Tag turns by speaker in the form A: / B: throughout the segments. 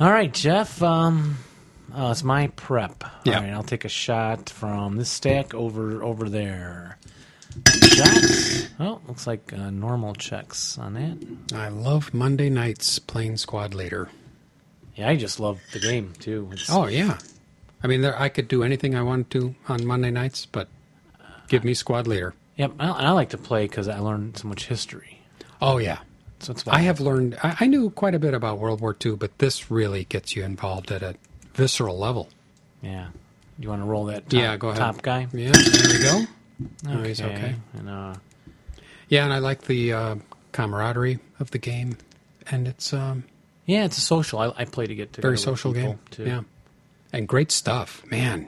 A: All right, Jeff. Um, oh, it's my prep.
B: Yeah.
A: All right, I'll take a shot from this stack over over there. Shots. Oh, looks like uh, normal checks on that.
B: I love Monday nights playing squad leader.
A: Yeah, I just love the game too. It's,
B: Oh yeah, I mean there I could do anything I want to on Monday nights, but give me squad leader.
A: Yep, I, I like to play because I learned so much history.
B: Oh yeah,
A: So it's why
B: I have learned. I, I knew quite a bit about World War II, but this really gets you involved at a visceral level.
A: Yeah. You want to roll that? Top,
B: yeah, go ahead.
A: Top guy.
B: Yeah, there we go. No, he's okay.
A: And uh,
B: Yeah, and I like the uh, camaraderie of the game, and it's um,
A: yeah, it's a social. I, I play to get together.
B: very
A: with
B: social
A: people,
B: game.
A: Too.
B: Yeah, and great stuff, man.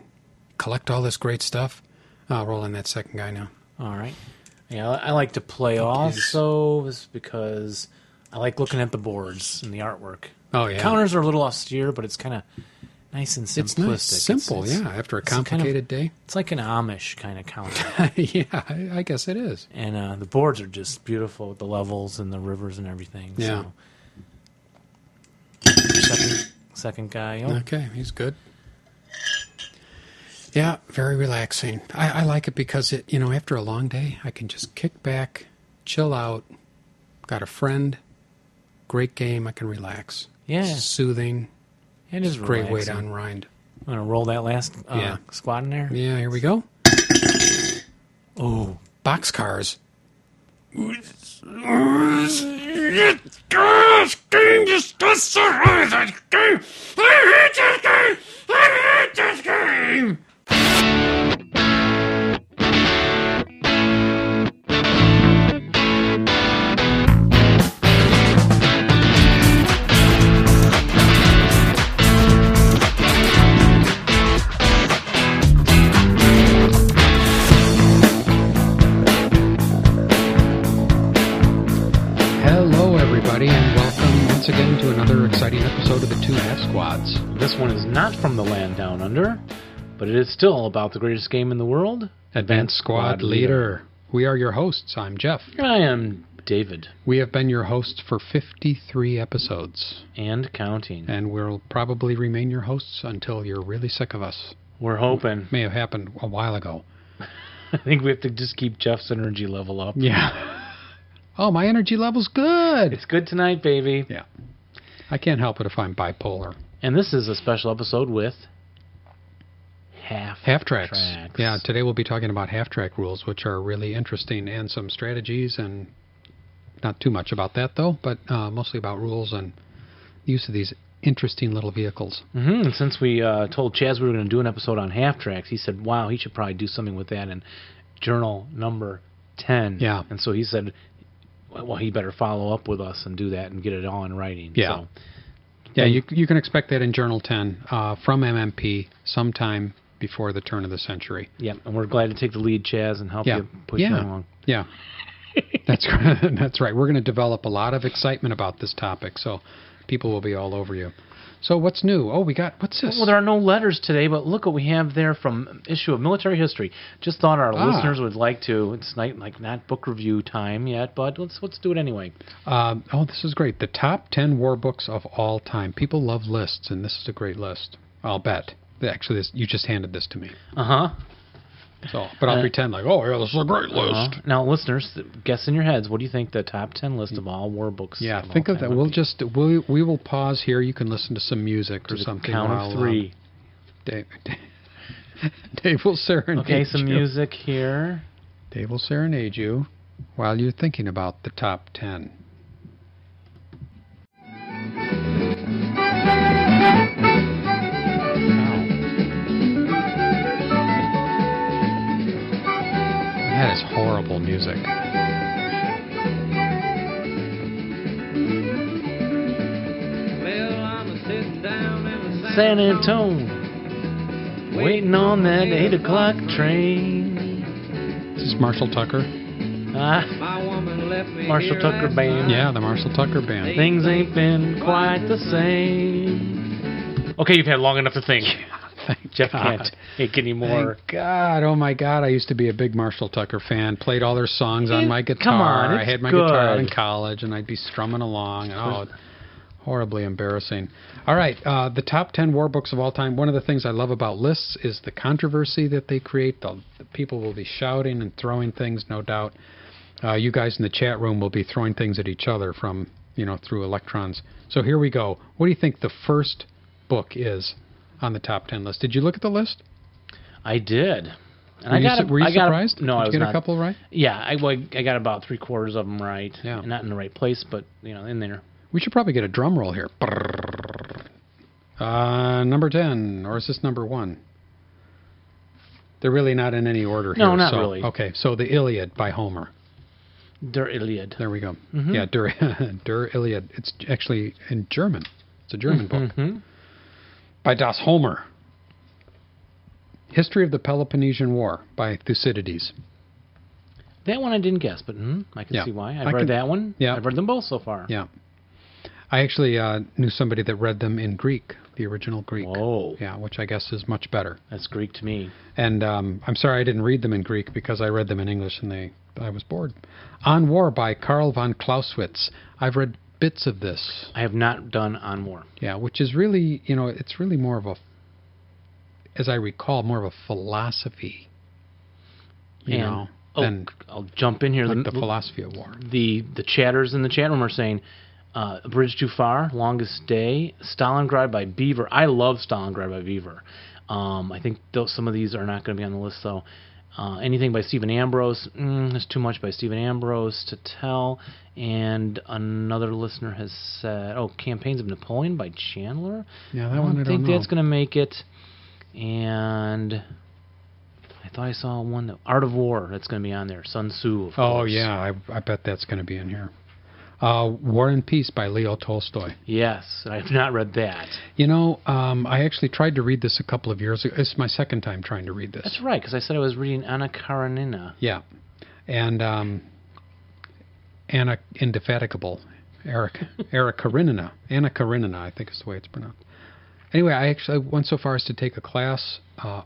B: Collect all this great stuff. Uh, roll in that second guy now.
A: All right. Yeah, I I like to play also is because I like looking at the boards and the artwork.
B: Oh yeah,
A: Counters are a little austere, but it's kind of nice and simplistic.
B: It's nice, simple.
A: It's-
B: yeah, after a
A: kind of-
B: complicated
A: It's like an Amish kind of counter.
B: day. yeah, I, I guess it is.
A: and uh, the boards are just beautiful with the levels and the rivers and everything.
B: Yeah.
A: So. Second, second guy. Oh,
B: Okay, he's good. Yeah, very relaxing. I, I like it because it, you know, after a long day, I can just kick back, chill out. Got a friend, great game. I can relax.
A: Yeah.
B: soothing.
A: It is
B: Great way to
A: relaxing.
B: unwind.
A: I'm gonna roll that last uh,
B: Yeah.
A: squad in there.
B: Yeah, here we go.
A: Oh,
B: Boxcars. Hello, everybody, and welcome once again to another exciting episode of the Two Half Squads.
A: this one is not from the land down under, but it is still about the greatest game in the world.
B: Advanced Squad
A: Squad Leader.
B: Leader. We are your hosts. I'm Jeff.
A: I am David
B: We have been your hosts for 53 episodes,
A: and counting.
B: and we'll probably remain your hosts until you're really sick of us.
A: We're hoping.
B: May have happened a while ago.
A: I think we have to just keep Jeff's energy level up.
B: Yeah. Oh, my energy level's good.
A: It's good tonight, baby.
B: I can't help it if I'm bipolar.
A: And this is a special episode with half
B: Half tracks.
A: Tracks.
B: Yeah, today we'll be talking about half track rules, which are really interesting, and some strategies, and not too much about that though, but uh, mostly about rules and use of these interesting little vehicles.
A: hmm Since we uh, told Chaz we were going to do an episode on half tracks, he said, "Wow, he should probably do something with that." And journal number ten.
B: Yeah.
A: And so he said, "Well, he better follow up with us and do that and get it all in writing."
B: Yeah.
A: So,
B: Yeah,
A: And-
B: you, you can expect that in Journal 10 uh, from MMP sometime before the turn of the century.
A: yeah. And we're glad to take the lead, Chaz, and help
B: Yeah.
A: you push
B: Yeah.
A: that along.
B: Yeah, that's that's right. We're going to develop a lot of excitement about this topic, so people will be all over you. So what's new? Oh, we got what's this?
A: Well, there are no letters today, but look what we have there from issue of Military History. Just thought our
B: Ah.
A: listeners would like to. It's not, like not book review time yet, but let's let's do it anyway.
B: Uh, oh, this is great. The top 10 war books of all time. People love lists, and this is a great list. I'll bet. Actually, this, you just handed this to me.
A: Uh huh.
B: So, but I'll
A: Uh,
B: pretend like, oh yeah, this is a great list.
A: Uh-huh. Now, listeners, th- guess in your heads, what do you think the top 10 list of all war books?
B: Yeah,
A: all
B: think of
A: time
B: that.
A: would
B: We'll
A: be?
B: just we we will pause here. You can listen to some music or
A: To the
B: something.
A: Count
B: while,
A: of
B: um,
A: three.
B: Dave, Dave will serenade.
A: okay, some
B: you.
A: music here.
B: Dave will serenade you while you're thinking about the top ten. That is horrible music.
A: San Antone, waiting on that 8 o'clock train.
B: Is this Marshall Tucker?
A: Ah, Marshall
C: Marshall
A: Tucker Band.
B: Yeah, the Marshall Tucker band.
A: things ain't been quite the same. Okay, you've had long enough to think.
B: Thank
A: Jeff
B: God.
A: can't take any more.
B: Thank God, oh my God, I used to be a big Marshall Tucker fan. Played all their songs on
A: It-
B: my
A: come
B: guitar.
A: on,
B: I
A: it's
B: had my guitar out in
A: good.
B: college, and I'd be strumming along. And, oh, Horribly embarrassing. All right, uh, the top 10 war books of all time. One of the things I love about lists is the controversy that they create. The, the people will be shouting and throwing things, no doubt. Uh, you guys in the chat room will be throwing things at each other from, you know, through electrons. So here we go. What do you think the first book is on the top 10 list? Did you look at the list?
A: I did. And
B: Were
A: I
B: you,
A: got
B: su-
A: a-
B: were you
A: I got a-
B: surprised?
A: no,
B: Did
A: I
B: you
A: was
B: get
A: not.
B: a couple right?
A: Yeah, I, well, I got about three quarters of them right.
B: Yeah.
A: Not in the right place, but you know, in there.
B: We should probably get a drum roll here. Brrrr. Uh, number 10, or is this number 1? They're really not in any order
A: No,
B: here.
A: not
B: so-
A: really.
B: Okay, so the Iliad by Homer.
A: Der Iliad.
B: There we go.
A: Mm-hmm.
B: Yeah, Der, Der Iliad. It's actually in German. It's a German book.
A: hmm
B: By Das Homer. History of the Peloponnesian War by Thucydides.
A: That one I didn't guess, but hmm, I can
B: Yeah.
A: see why. I've
B: I
A: read
B: can-
A: that one.
B: yeah.
A: I've read them both so far.
B: Yeah. I actually uh, knew somebody that read them in Greek, the original Greek.
A: Whoa,
B: Yeah, which I guess is much better.
A: that's Greek to me.
B: And um, I'm sorry I didn't read them in Greek because I read them in English and they I was bored. On War by Karl von Clausewitz. I've read bits of this.
A: I have not done on war.
B: Yeah, which is really, you know, it's really more of a as I recall, more of a philosophy. You
A: And-
B: know,
A: Oh,
B: than
A: I'll jump in here.
B: like
A: the,
B: the philosophy of war.
A: the the chatters in the chat room are saying uh, "A Bridge Too Far, Longest Day, Stalingrad by Beaver. I love Stalingrad by Beaver. Um, I think those, some of these are not going to be on the list though. Uh, anything by Stephen Ambrose. Mm, there's too much by Stephen Ambrose to tell. And another listener has said, "Oh, Campaigns of Napoleon by Chandler."
B: Yeah,
A: I
B: that
A: don't
B: one I
A: think
B: don't know.
A: that's going to make it. And I thought I saw one that Art of War that's going to be on there. Sun Tzu. Of
B: Oh
A: course.
B: yeah, I, I bet that's going to be in here. Uh, War and Peace by Leo Tolstoy.
A: Yes, I have not read that.
B: You know, um, I actually tried to read this a couple of years ago. It's my second time trying to read this.
A: That's right, because I said I was reading Anna Karenina.
B: Yeah, and um, Anna Indefatigable, Eric Eric Karenina, Anna Karenina, I think is the way it's pronounced. Anyway, I actually went so far as to take a class uh,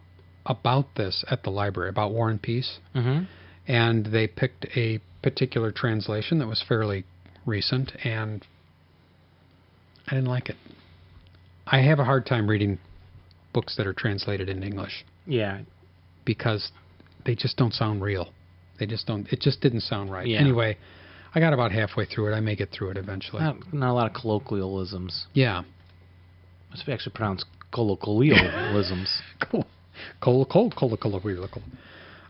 B: about this at the library about War and Peace,
A: Mm-hmm.
B: and they picked a particular translation that was fairly recent, and I didn't like it. I have a hard time reading books that are translated in English
A: Yeah,
B: because they just don't sound real. They just don't. It just didn't sound right.
A: Yeah.
B: Anyway, I got about halfway through it. I may get through it eventually.
A: not, not a lot of colloquialisms.
B: yeah.
A: It's actually pronounced colloquialisms.
B: Cool. Cola, cola, cola, cola, cola, cola.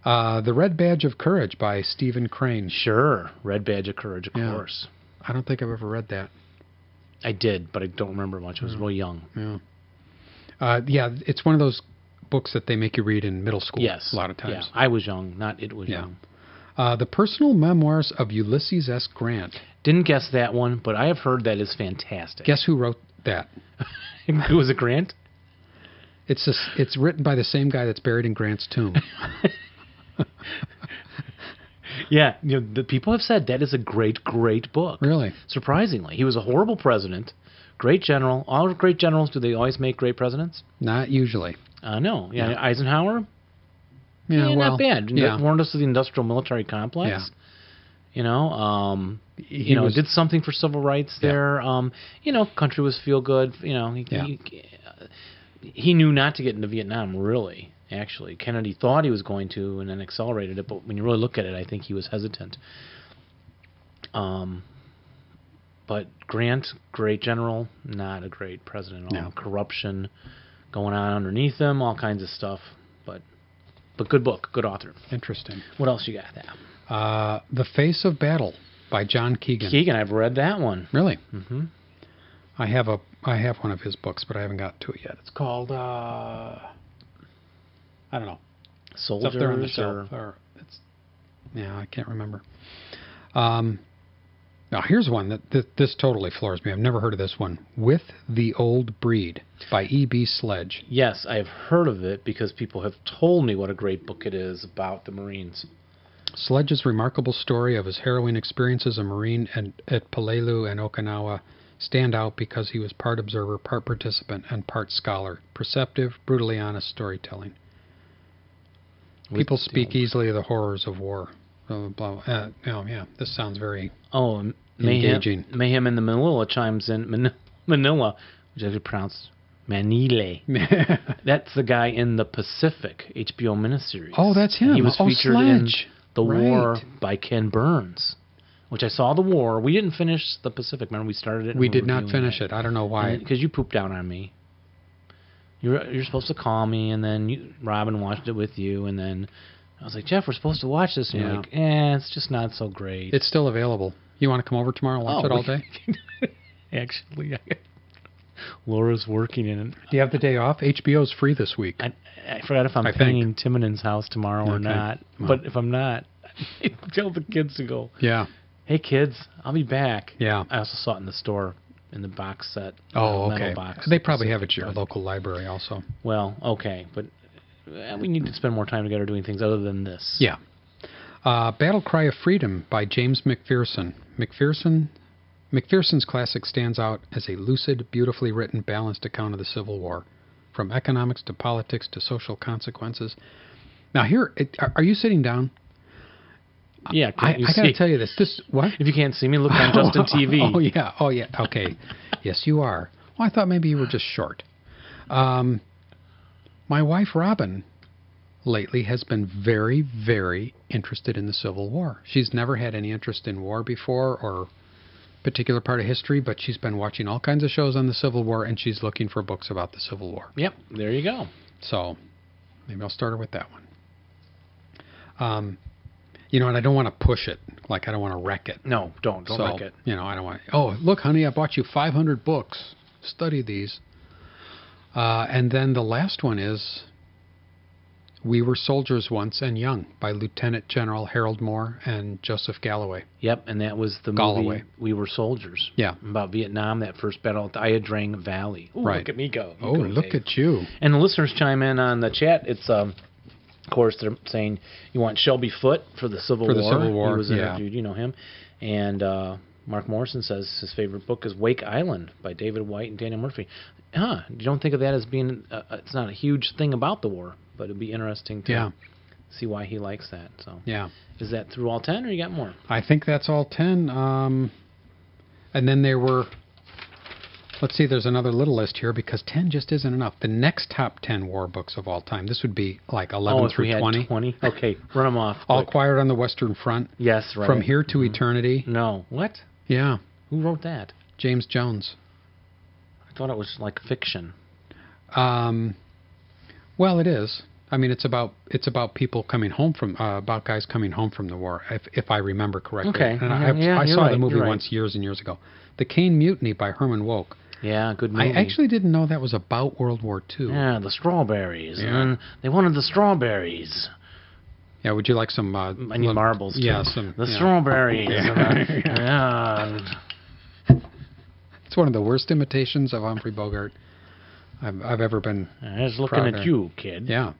B: Uh, the Red Badge of Courage by Stephen Crane.
A: sure, Red Badge of Courage, of
B: Yeah.
A: course.
B: I don't think I've ever read that.
A: I did, but I don't remember much. I was real young.
B: Yeah. Uh, yeah, it's one of those books that they make you read in middle school.
A: Yes,
B: A lot of times.
A: Yeah, I was young, not it was
B: Yeah.
A: young.
B: Uh, the Personal Memoirs of Ulysses S. Grant.
A: Didn't guess that one, but I have heard that is fantastic.
B: Guess who wrote that?
A: it was a Grant.
B: It's just, it's written by the same guy that's buried in Grant's tomb.
A: Yeah, you know, the people have said that is a great, great book.
B: really?
A: Surprisingly, he was a horrible president, great general. All great generals, do they always make great presidents?
B: Not usually.
A: Uh, no. Yeah, Eisenhower.
B: Yeah,
A: yeah,
B: well,
A: Eh, not bad.
B: Yeah,
A: That Warned us of the industrial military complex. You know, um,
B: he
A: you know,
B: was-
A: did something for civil rights
B: Yeah.
A: there. Um, you know, country was feel good. You know, he,
B: Yeah.
A: he, he knew not to get into Vietnam. Really, actually, Kennedy thought he was going to, and then accelerated it. But when you really look at it, I think he was hesitant. Um, but Grant, great general, not a great president at all.
B: No.
A: Corruption going on underneath him, all kinds of stuff. But but good book, good author.
B: interesting.
A: What else you got there?
B: Uh, the Face of Battle by John Keegan.
A: Keegan, I've read that one.
B: really?
A: hmm
B: I have a I have one of his books, but I haven't got to it yet. It's called uh, I don't know. It's
A: Soldiers
B: up there on the
A: or
B: shelf. Or it's, yeah, I can't remember. Um, now here's one that, that this totally floors me. I've never heard of this one. With the Old Breed by E. B. Sledge.
A: Yes, I have heard of it because people have told me what a great book it is about the Marines.
B: Sledge's remarkable story of his harrowing experience as a Marine and, at Palelu and Okinawa stand out because he was part observer, part participant, and part scholar. Perceptive, brutally honest storytelling.
A: With
B: People
A: the
B: speak easily of the horrors of war. Blah, blah, blah. Uh, oh, yeah, this sounds very
A: Oh, Mayhem,
B: Engaging.
A: Mayhem in the Manila chimes in. Man- Manila, which is actually pronounced Manile. That's the guy in the Pacific HBO miniseries.
B: Oh, that's him.
A: He was
B: Oh,
A: featured
B: Sledge.
A: in The War
B: Right.
A: by Ken Burns, which I saw The War. We didn't finish the Pacific. Remember, we started it. and
B: we
A: were
B: did not
A: reviewing
B: finish it. I don't know why.
A: because you pooped down on me. You're you're supposed to call me, and then you, Robin watched it with you, and then I was like, Jeff, we're supposed to watch this, and you're
B: Yeah.
A: like, eh, it's just not so great.
B: It's still available. You want to come over tomorrow and watch
A: Oh,
B: it all
A: we-
B: day?
A: actually, I, Laura's working in it.
B: Do you have the day off? HBO's free this week.
A: I, I forgot if I'm
B: I think.
A: paying Timonen's house tomorrow or
B: Okay.
A: not,
B: Well.
A: but if I'm not, I tell the kids to go.
B: yeah.
A: Hey kids, I'll be back.
B: Yeah.
A: I also saw it in the store in the box set.
B: Oh,
A: uh, metal
B: okay.
A: box.
B: They probably have it at your
A: But-
B: local library also.
A: Well, okay, but uh, we need to spend more time together doing things other than this.
B: Yeah. Uh, Battle Cry of Freedom by James McPherson. McPherson McPherson's classic stands out as a lucid, beautifully written, balanced account of the Civil War, from economics to politics to social consequences. Now, here, it, are, are you sitting down?
A: yeah.
B: I,
A: Can't you
B: I got
A: see?
B: to tell you this. This what?
A: if you can't see me, look on Justin TV.
B: Oh yeah. Oh yeah. Okay. yes, you are. Well, I thought maybe you were just short. Um, my wife Robin lately has been very, very interested in the Civil War. She's never had any interest in war before or particular part of history, but she's been watching all kinds of shows on the Civil War and she's looking for books about the Civil War.
A: Yep, there you go.
B: So maybe I'll start her with that one. Um, you know, and I don't want to push it. Like I don't want to wreck it
A: No, don't don't like it.
B: you know, I don't want. Oh, look, honey, I bought you 500 books. Study these. Uh, and then the last one is "We Were Soldiers Once and Young" by Lieutenant General Harold Moore and Joseph Galloway.
A: Yep, and that was the
B: Galloway.
A: movie We Were Soldiers.
B: Yeah.
A: about Vietnam, that first battle at the Ia Drang Valley. Ooh,
B: Right.
A: Look at me go. You
B: Oh,
A: go,
B: look
A: Dave.
B: at you!
A: And the listeners chime in on the chat. It's um, of course they're saying you want Shelby Foote for the Civil
B: For the
A: War.
B: Civil War,
A: he was
B: yeah.
A: interviewed. You know him. And uh, Mark Morrison says his favorite book is Wake Island by David White and Daniel Murphy. Huh? You don't think of that as being uh, uh, it's not a huge thing about the war, but it'd be interesting to
B: Yeah.
A: see why he likes that. So
B: Yeah,
A: is that through all ten, or you got more?
B: I think that's all ten. Um, and then there were. Let's see, there's another little list here because 10 just isn't enough. The next top 10 war books of all time. This would be like 11
A: oh, if
B: through
A: we had
B: 20.
A: twenty. Okay, run them off.
B: All
A: quick.
B: Quiet on the Western Front.
A: yes, right. Mm-hmm.
B: From Here to Eternity.
A: No. What?
B: Yeah,
A: Who wrote that?
B: James Jones.
A: I thought it was like fiction.
B: Um, well, it is. I mean, it's about it's about people coming home from uh, about guys coming home from the war, if, if I remember correctly.
A: Okay.
B: And I,
A: Yeah,
B: I
A: you're
B: saw the
A: right,
B: movie
A: you're right.
B: once years and years ago, The Kane Mutiny by Herman Woke.
A: Yeah, good movie.
B: I actually didn't know that was about World War II.
A: Yeah, the strawberries.
B: Yeah.
A: And they wanted the strawberries.
B: Yeah, would you like some? Uh,
A: I need
B: little-
A: marbles. Too.
B: Yeah, some.
A: The
B: yeah.
A: strawberries.
B: Yeah.
A: and, uh,
B: Yeah.
A: yeah.
B: It's one of the worst imitations of Humphrey Bogart I've, I've ever been
A: I was looking
B: Proper.
A: at you, kid.
B: Yeah.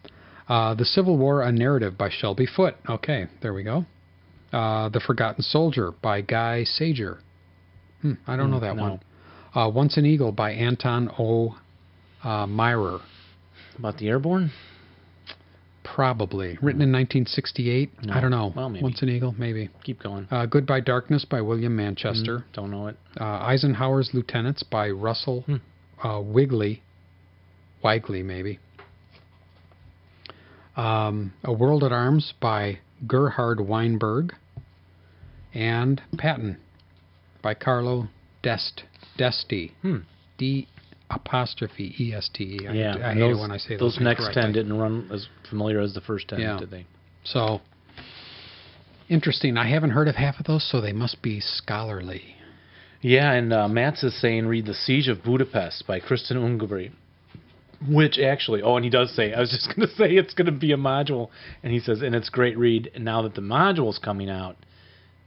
B: Uh, the Civil War, A Narrative by Shelby Foote. Okay, there we go. Uh, the Forgotten Soldier by Guy Sager. Hmm, I don't know that
A: no.
B: one. Uh, Once an Eagle by Anton O. Uh, Myrer,
A: About the airborne?
B: probably. Written in 1968. I don't know.
A: Hmm. Well, maybe.
B: Once an Eagle, maybe.
A: Keep going.
B: Uh, Goodbye Darkness by William Manchester.
A: Don't know it.
B: Uh, Eisenhower's Lieutenants by Russell
A: Hmm.
B: uh, Wigley. Wigley, maybe. Um, A World at Arms by Gerhard Weinberg. And Patton by Carlo Dest Desti.
A: Hmm.
B: D apostrophe E S T E. I,
A: yeah.
B: I
A: and
B: hate
A: those,
B: it when I say
A: those
B: those
A: next ten
B: incorrectly.
A: didn't run as familiar as the first ten,
B: Yeah.
A: did they?
B: So interesting. I haven't heard of half of those, so they must be scholarly.
A: Yeah, and uh, Matt's is saying read The Siege of Budapest by Kristen Ungary. Which actually, oh, and he does say, I was just going to say it's going to be a module. And he says, and it's great read. And now that the module's coming out,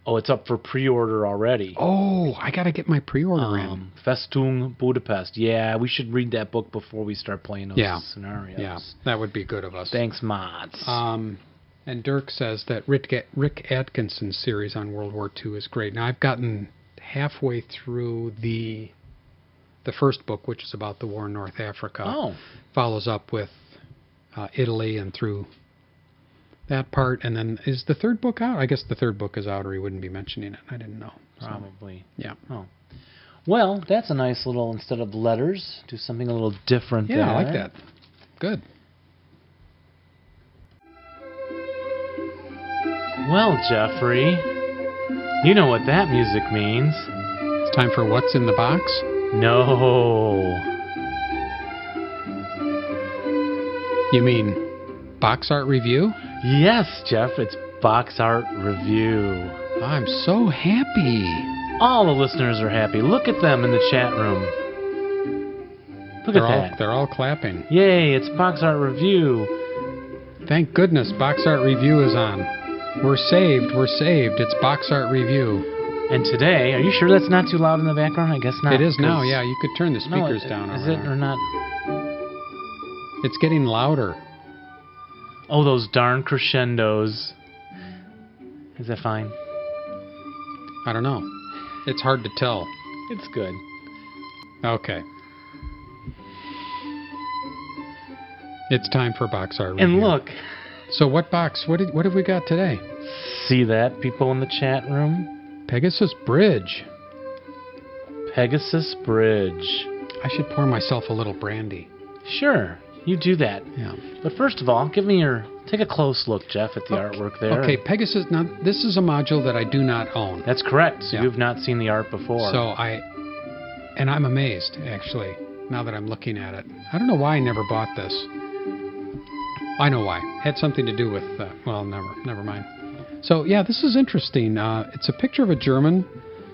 A: oh, it's up for pre order already.
B: Oh, I got to get my pre-order in.
A: Um, Festung Budapest. Yeah, we should read that book before we start playing those
B: Yeah.
A: scenarios.
B: Yeah, that would be good of us.
A: Thanks, Mods.
B: Um, and Dirk says that Rick, Rick Atkinson's series on World War II is great. Now I've gotten halfway through the the first book, which is about the war in North Africa.
A: oh,
B: Follows up with uh, Italy and through that part, and then is the third book out? I guess the third book is out, or he wouldn't be mentioning it. I didn't know. So,
A: probably.
B: yeah.
A: Oh. Well, that's a nice little instead of letters, do something a little different.
B: Yeah, I like
A: there.
B: that. Good.
A: Well, Jeffrey, you know what that music means.
B: It's time for what's in the box.
A: No.
B: You mean box art review?
A: Yes, Jeff, it's box art review.
B: I'm so happy.
A: All the listeners are happy. Look at them in the chat room. Look
B: they're
A: at
B: all
A: that.
B: they're all clapping.
A: Yay, it's box art review.
B: Thank goodness box art review is on. We're saved. We're saved. It's box art review.
A: And today, are you sure that's not too loud in the background? I guess not.
B: it is now.
A: 'cause-
B: Yeah, you could turn the
A: No,
B: speakers
A: it-
B: down.
A: Is
B: over
A: it
B: there.
A: or not?
B: It's getting louder.
A: Oh, those darn crescendos. Is that fine?
B: I don't know. It's hard to tell.
A: It's good.
B: Okay. It's time for box art review.
A: And look,
B: So what box? What did, what have we got today?
A: see that people in the chat room?
B: Pegasus Bridge.
A: Pegasus Bridge.
B: I should pour myself a little brandy.
A: Sure, you do that.
B: Yeah.
A: But first of all, give me your take a close look, Jeff, at the artwork there.
B: Okay, Pegasus. Now this is a module that I do not own.
A: That's correct. So
B: Yeah.
A: You've not seen the art before.
B: So I, and I'm amazed actually now that I'm looking at it. I don't know why I never bought this. I know why. had something to do with uh, well, never, never mind. So yeah, this is interesting. Uh, it's a picture of a German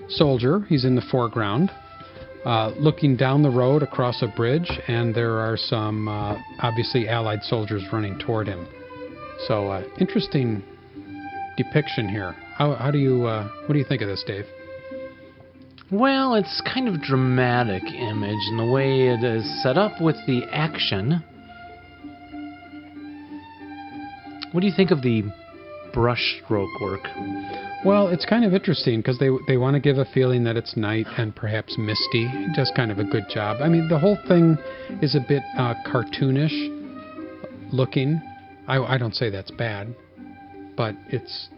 B: soldier. He's in the foreground, uh, looking down the road across a bridge, and there are some uh, obviously Allied soldiers running toward him. So uh, interesting depiction here. How, how do you uh, what do you think of this, Dave?
A: well, it's kind of dramatic image in the way it is set up with the action. What do you think of the brushstroke work?
B: Well, it's kind of interesting because they they want to give a feeling that it's night and perhaps misty. It does kind of a good job. I mean, the whole thing is a bit uh, cartoonish looking. I, I don't say that's bad, but it's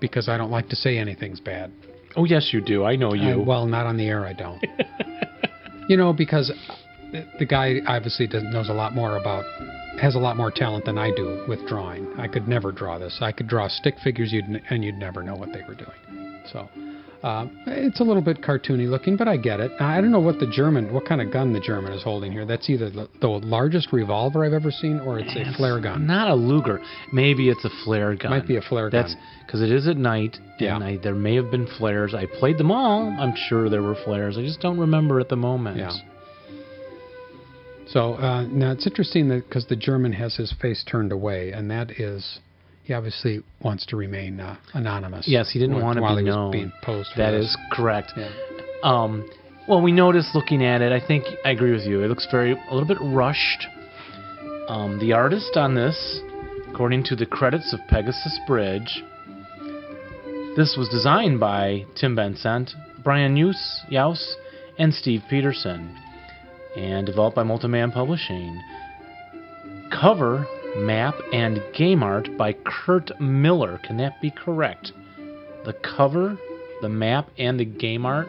B: because I don't like to say anything's bad.
A: Oh yes, you do. I know you.
B: I- well, not on the air, I don't. you know, because the, the guy obviously does, knows a lot more about, has a lot more talent than I do with drawing. I could never draw this. I could draw stick figures, you'd, n- and you'd never know what they were doing. So. Uh, it's a little bit cartoony looking, but I get it. I don't know what the German, what kind of gun the German is holding here. That's either the, the largest revolver I've ever seen, or it's a flare gun.
A: Not a Luger. Maybe it's a flare gun.
B: Might be a flare gun.
A: That's because it is at night,
B: Yeah.
A: and I, there may have been flares. I played them all. I'm sure there were flares. I just don't remember at the moment.
B: Yeah. So uh, now it's interesting that because the German has his face turned away, and that is he obviously wants to remain uh, anonymous.
A: Yes, he didn't
B: wh-
A: want to
B: while
A: be
B: he was
A: known.
B: being posed. For
A: That
B: this.
A: is correct.
B: Yeah.
A: Um, well, we noticed looking at it. I think I agree with you. It looks very a little bit rushed. Um, the artist on this, according to the credits of Pegasus Bridge, this was designed by Tim Bensent, Brian Youse, Youse, and Steve Peterson, and developed by Multiman Publishing. Cover, map, and game art by Kurt Miller. Can that be correct? The cover, the map, and the game art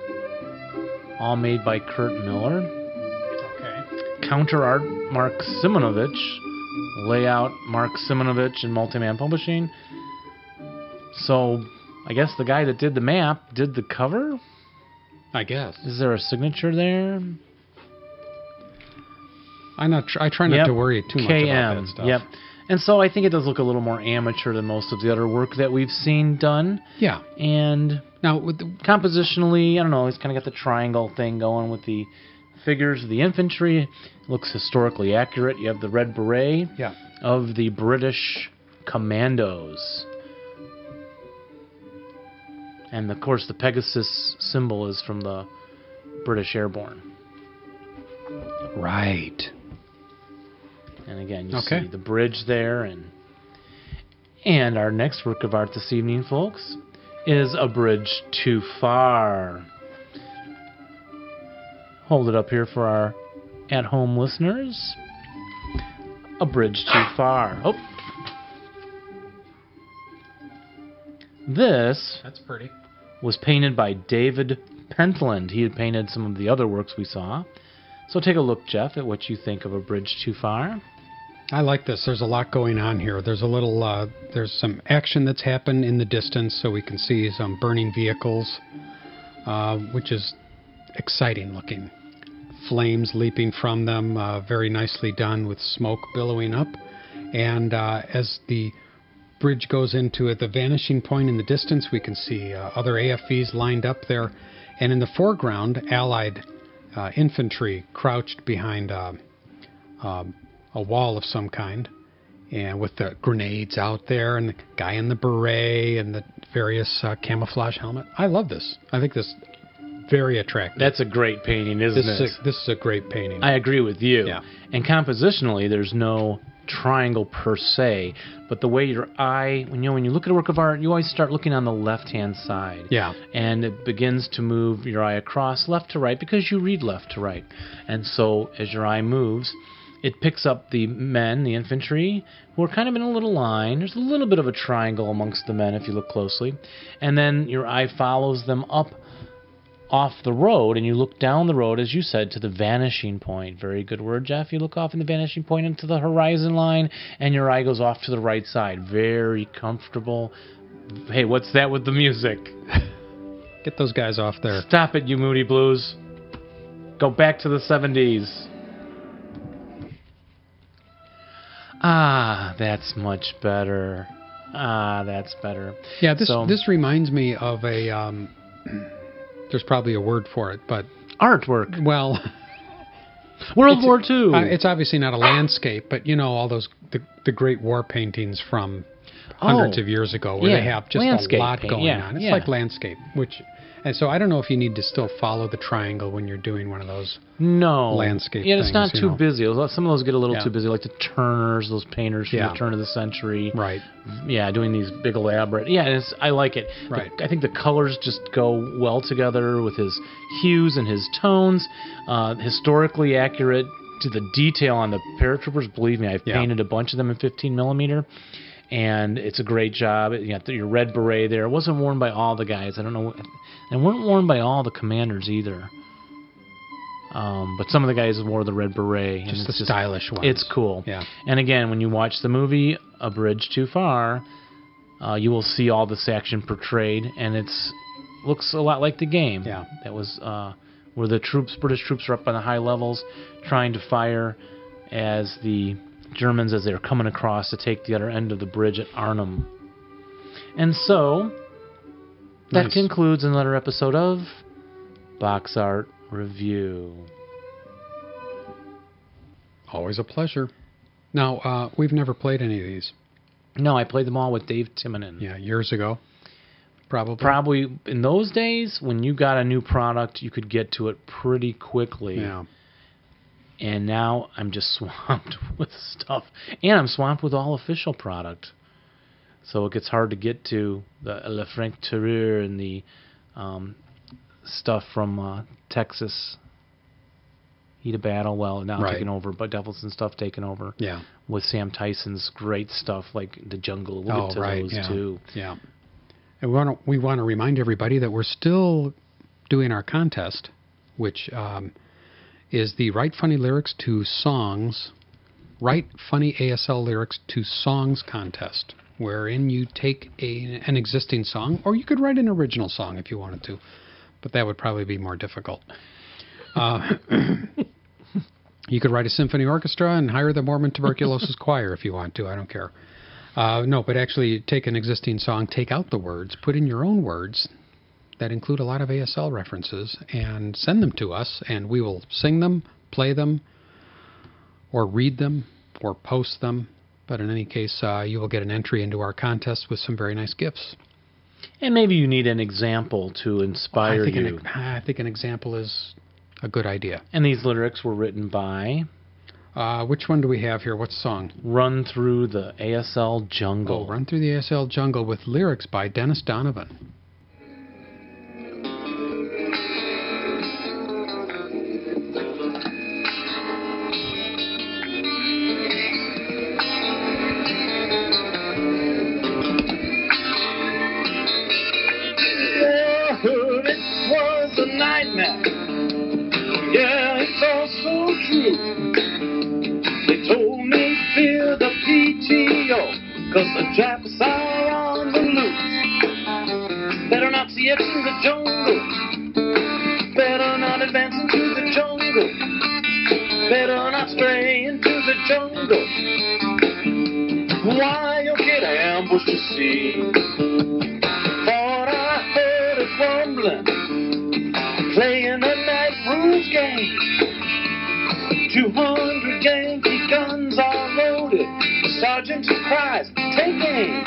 A: all made by Kurt Miller.
B: Okay.
A: Counter art, Mark Simonovich. Layout, Mark Simonovich and Multiman Publishing. So, I guess the guy that did the map did the cover?
B: I guess
A: Is there a signature there?
B: I not. Tr- I try not
A: Yep.
B: to worry too much about that stuff.
A: Yep. And so I think it does look a little more amateur than most of the other work that we've seen done.
B: Yeah.
A: And
B: Now with the,
A: compositionally, I don't know, he's kind of got the triangle thing going with the figures of the infantry. Looks historically accurate. You have the red beret.
B: yeah.
A: of the British commandos. And of course, the Pegasus symbol is from the British Airborne.
B: Right.
A: And again, you
B: Okay.
A: see the bridge there, and and our next work of art this evening, folks, is a bridge too far. Hold it up here for our at-home listeners. A bridge too far. Oh. This
B: That's pretty.
A: was painted by David Pentland. He had painted some of the other works we saw. So take a look, Jeff, at what you think of A Bridge Too Far.
B: I like this. There's a lot going on here. There's a little, uh, there's some action that's happened in the distance, so we can see some burning vehicles, uh, which is exciting looking. Flames leaping from them, uh, very nicely done with smoke billowing up. And uh, as the bridge goes into it, the vanishing point in the distance, we can see uh, other AFVs lined up there. And in the foreground, Allied uh, infantry crouched behind uh, um, a wall of some kind, and with the grenades out there, and the guy in the beret, and the various uh, camouflage helmet. I love this. I think this very attractive.
A: That's a great painting, isn't
B: this
A: it?
B: is a, this is a great painting.
A: I agree with you.
B: Yeah.
A: And compositionally, there's no triangle per se, but the way your eye, when you know, when you look at a work of art, you always start looking on the left-hand side.
B: yeah,
A: And it begins to move your eye across left to right because you read left to right. And so as your eye moves, it picks up the men, the infantry, who are kind of in a little line. There's a little bit of a triangle amongst the men if you look closely. And then your eye follows them up off the road and you look down the road, as you said, to the vanishing point. Very good word, Jeff. You look off in the vanishing point into the horizon line and your eye goes off to the right side. Very comfortable. Hey, what's that with the music?
B: get those guys off there.
A: Stop it, you Moody Blues. Go back to the 70s. Ah, that's much better. Ah, that's better.
B: Yeah, this
A: So-
B: this reminds me of a. Um, there's probably a word for it, but
A: Artwork.
B: well,
A: World War
B: uh,
A: II.
B: it's obviously not a landscape, but you know all those the, the great war paintings from hundreds
A: Oh.
B: of years ago where
A: Yeah,
B: they have just
A: landscape
B: a lot
A: paint-
B: going
A: yeah,
B: on. It's
A: yeah.
B: like landscape, which and so I don't know if you need to still follow the triangle when you're doing one of those.
A: no
B: landscape
A: Yeah, it's
B: things,
A: not
B: you
A: too
B: know.
A: busy. Some of those get a little
B: Yeah.
A: too busy, like the Turners, those painters from
B: Yeah.
A: the turn of the century.
B: Right.
A: Yeah, doing these big elaborate. Yeah, and it's, I like it. The-
B: Right.
A: I think the colors just go well together with his hues and his tones. Uh, historically accurate to the detail on the paratroopers. Believe me, I've
B: Yeah.
A: painted a bunch of them in 15 millimeter. And it's a great job. You got your red beret there. It wasn't worn by all the guys. I don't know. And weren't worn by all the commanders either. Um, but some of the guys wore the red beret. and
B: Just
A: it's
B: the stylish ones.
A: It's cool.
B: Yeah.
A: And again, when you watch the movie A Bridge Too Far, uh, you will see all this action portrayed, and it's looks a lot like the game.
B: Yeah.
A: That was uh, where the troops, British troops, were up on the high levels, trying to fire as the Germans as they were coming across to take the other end of the bridge at Arnhem. And so that
B: Nice.
A: concludes another episode of Box Art Review.
B: Always a pleasure. Now uh, we've never played any of these.
A: No, I played them all with Dave Timonen.
B: Yeah, years ago, probably.
A: probably in those days when you got a new product you could get to it pretty quickly
B: yeah.
A: and now i'm just swamped with stuff and i'm swamped with all official product so it gets hard to get to the uh, le franc terrier and the um, stuff from uh, texas heat of battle oh well now
B: Right.
A: taken over but devils and stuff taken over
B: Yeah.
A: with sam tyson's great stuff like the jungle we'll
B: Oh,
A: get to
B: right,
A: those
B: yeah.
A: too
B: Yeah. And we want to we want to remind everybody that we're still doing our contest, which um, is the write funny lyrics to songs, write funny ASL lyrics to songs contest, wherein you take a, an existing song, or you could write an original song if you wanted to, but that would probably be more difficult. Uh, you could write a symphony orchestra and hire the Mormon Tuberculosis Choir if you want to. I don't care. Uh, no, but actually, take an existing song, take out the words, put in your own words that include a lot of ASL references, and send them to us, and we will sing them, play them, or read them, or post them. But in any case, uh, you will get an entry into our contest with some very nice gifts.
A: and maybe you need an example to inspire
B: I think,
A: you
B: an, I think an example is a good idea.
A: And these lyrics were written by
B: Uh, which one do we have here? What song?
A: Run Through the ASL Jungle.
B: Go run through the ASL jungle with lyrics by Dennis Donovan.
C: I heard it was a night true. They told me fear the PTO, cause the Japs are on the loose. Better not see it in the jungle. Better not advance into the jungle. Better not stray into the jungle. Why you'll get ambushed to see? Thought I heard it rumbling, playing a night rules game. 200 Yankee guns are loaded. The sergeant cries, take aim.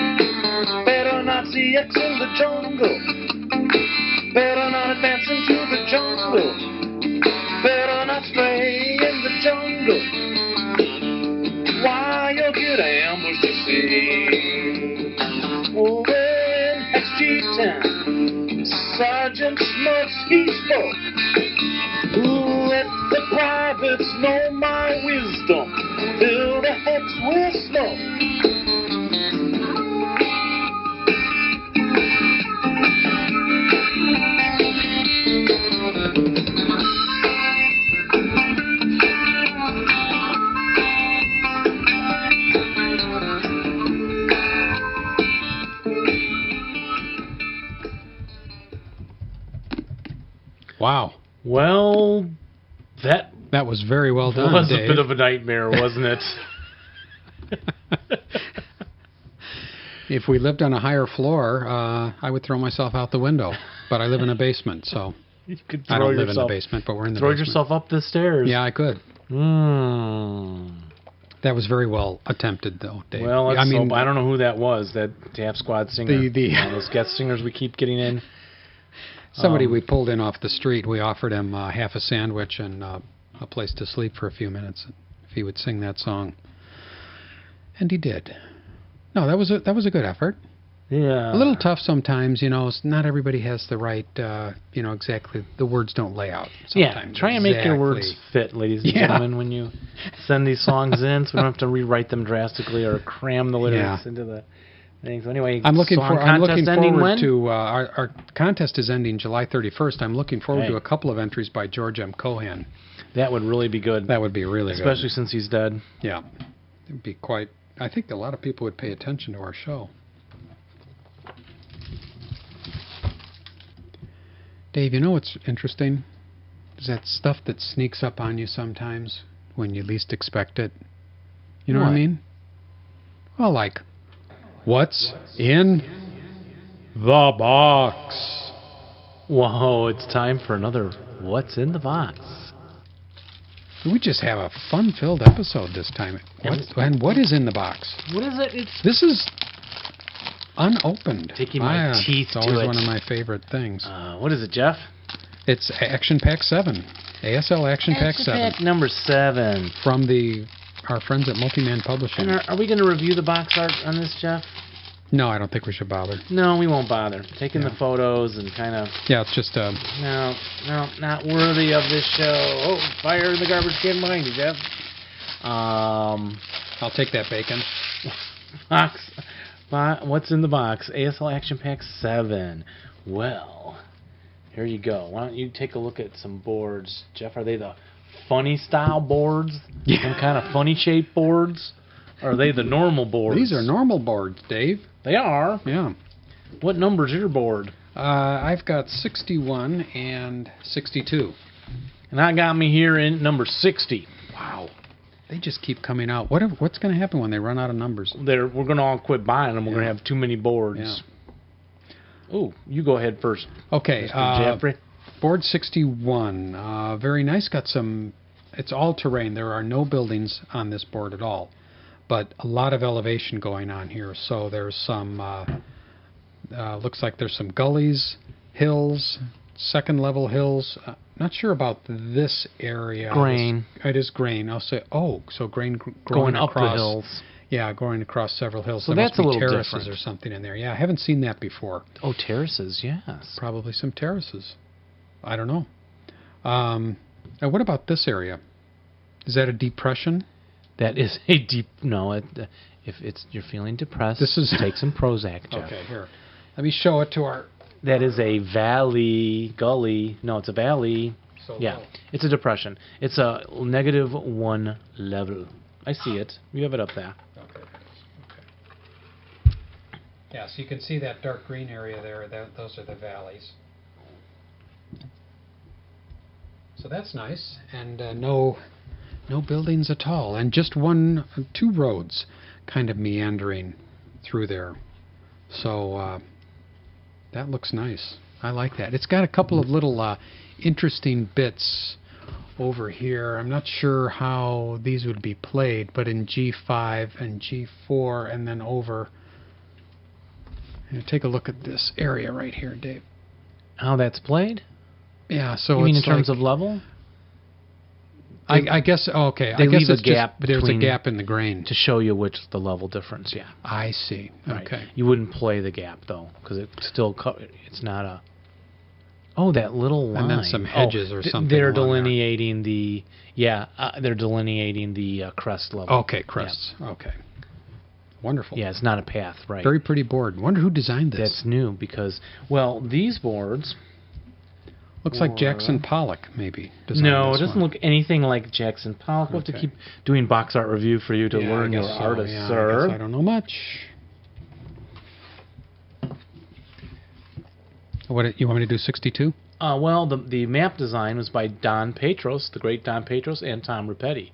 C: Better not see X in the jungle. Better not advance into the jungle. Better not stray in the jungle. Why you'll get ambushed to see. Over in XG10, Sergeant Smuts, he spoke. Let the privates know my wisdom. Fill the hex with smoke.
B: Wow.
A: Well, that
B: That was very well done,
A: was
B: Dave.
A: a bit of a nightmare, wasn't it?
B: if we lived on a higher floor, uh, I would throw myself out the window. But I live in a basement, so
A: you could
B: I
A: throw
B: don't live in the
A: yourself,
B: basement, but we're in the
A: throw
B: basement.
A: yourself up the stairs.
B: Yeah, I could.
A: Mm.
B: That was very well attempted, though, Dave.
A: Well, let's
B: I mean,
A: hope. I don't know who that was. That Tap Squad singer.
B: The- the-
A: One of those guest singers we keep getting in.
B: somebody
A: um,
B: we pulled in off the street. We offered him uh, half a sandwich and uh, a place to sleep for a few minutes if he would sing that song, and he did. No, that was a that was a good effort.
A: Yeah.
B: a little tough sometimes, you know. s- Not everybody has the right, uh, you know, exactly. The words don't lay out.
A: Yeah.
B: Sometimes.
A: Try and make your words
B: Exactly.
A: fit, ladies and
B: Yeah.
A: gentlemen, when you send these songs in, so we don't have to rewrite them drastically or cram the lyrics
B: Yeah.
A: into the things. Anyway,
B: I'm looking
A: song
B: for. I'm
A: contest
B: looking
A: ending
B: forward
A: when?
B: to uh, our, our contest is ending July 31st. I'm looking forward
A: Hey.
B: to a couple of entries by George M. Cohan.
A: That would really be good,
B: That would be really
A: especially since he's dead.
B: good. Yeah, it'd be quite. I think a lot of people would pay attention to our show. Dave, you know what's interesting? Is that stuff that sneaks up on you sometimes when you least expect it. You know what, I
A: What?
B: mean? Well, like, what's in the box?
A: Whoa! It's time for another. What's in the box?
B: We just have a fun filled episode this time. What, and what is in the box?
A: What is it? It's
B: This is unopened.
A: Taking my
B: Ah,
A: teeth
B: It's
A: to
B: always
A: it.
B: one of my favorite things.
A: uh, what is it, Jeff?
B: It's Action Pack 7. ASL Action Pack 7
A: Pack number seven.
B: from the our friends at Multiman
A: And
B: Publishing.
A: are, are we going to review the box art on this, Jeff?
B: No, I don't think we should bother.
A: No, we won't bother. Taking
B: Yeah.
A: the photos and kind of
B: Yeah, it's just uh,
A: no, no, not worthy of this show. Oh, fire in the garbage can behind you, Jeff. Um,
B: I'll take that bacon.
A: box, bo- what's in the box? ASL Action Pack Seven. Well, here you go. Why don't you take a look at some boards, Jeff? Are they the funny style boards?
B: Yeah.
A: Some kind of funny shaped boards? Or are they the normal boards?
B: These are normal boards, Dave.
A: They are.
B: Yeah.
A: What number's your board?
B: Uh, I've got 61 and 62.
A: And I got me here in number 60.
B: Wow. They just keep coming out. What if, what's going to happen when they run out of numbers?
A: There, we're gonna all quit buying them. We're gonna have too many boards. Ooh, you go ahead first,
B: Okay.
A: Mr.
B: uh,
A: Jeffrey.
B: Board 61, uh, very nice. Got some, it's all terrain. There are no buildings on this board at all, but a lot of elevation going on here. So there's some, uh, uh, looks like there's some gullies, hills, second level hills. Uh, not sure about this area.
A: Grain.
B: It's- It is grain. I'll say, oh, so grain gr- growing
A: Going up
B: across,
A: the hills.
B: Yeah, going across several hills.
A: So
B: there
A: that's
B: must
A: a
B: be
A: little
B: terraces
A: different.
B: or something in there. Yeah, I haven't seen that before
A: Oh, terraces. Yes.
B: probably some terraces. I don't know. Um, now, what about this area? Is that a depression?
A: That is a deep. No, it, if it's you're feeling depressed,
B: This is-
A: take some Prozac, Jeff.
B: Okay, here. Let me show it to our.
A: That is a valley gully. No, it's a valley
B: so
A: Yeah,
B: low.
A: it's a depression. It's a negative one level. I see it. You have it up there.
B: Okay. Okay. Yeah, so you can see that dark green area there, tho- those are the valleys. So that's nice, and uh, no, no buildings at all, and just one, two roads kind of meandering through there. So uh, that looks nice. I like that. It's got a couple of little uh, interesting bits over here. I'm not sure how these would be played, but in G5 and G4 and then over. You know, take a look at this area right here, Dave.
A: How that's played?
B: Yeah, so
A: you mean in
B: it's
A: terms
B: like-
A: of level?
B: I, I guess oh, okay. I
A: they
B: guess
A: leave a
B: it's just-
A: gap
B: there's a
A: between-
B: gap in the grain.
A: To show you which the level difference, yeah.
B: I see.
A: Right.
B: Okay.
A: You wouldn't play the gap though, because it still co- it's not a. Oh, that little line.
B: And then some
A: Oh,
B: hedges or
A: th-
B: something
A: They're
B: along there.
A: delineating the yeah. Uh, they're delineating the uh, crest level.
B: Okay, crests. Okay. Wonderful.
A: Yeah, it's not a path, right?
B: Oh. Very pretty board. Wonder who designed this.
A: That's new because well, these boards.
B: Looks like Jackson Pollock maybe designed
A: uh, No, it
B: this
A: doesn't
B: one.
A: look anything like Jackson Pollock. We'll have to
B: Okay.
A: keep doing box art review for you to
B: Yeah, I
A: learn your
B: guess so.
A: artist,
B: Yeah, I
A: sir.
B: guess I don't know much. What it- you want me to do? Sixty-two.
A: Uh, well, the the map design was by Don Petros, the great Don Petros, and Tom Rapetti.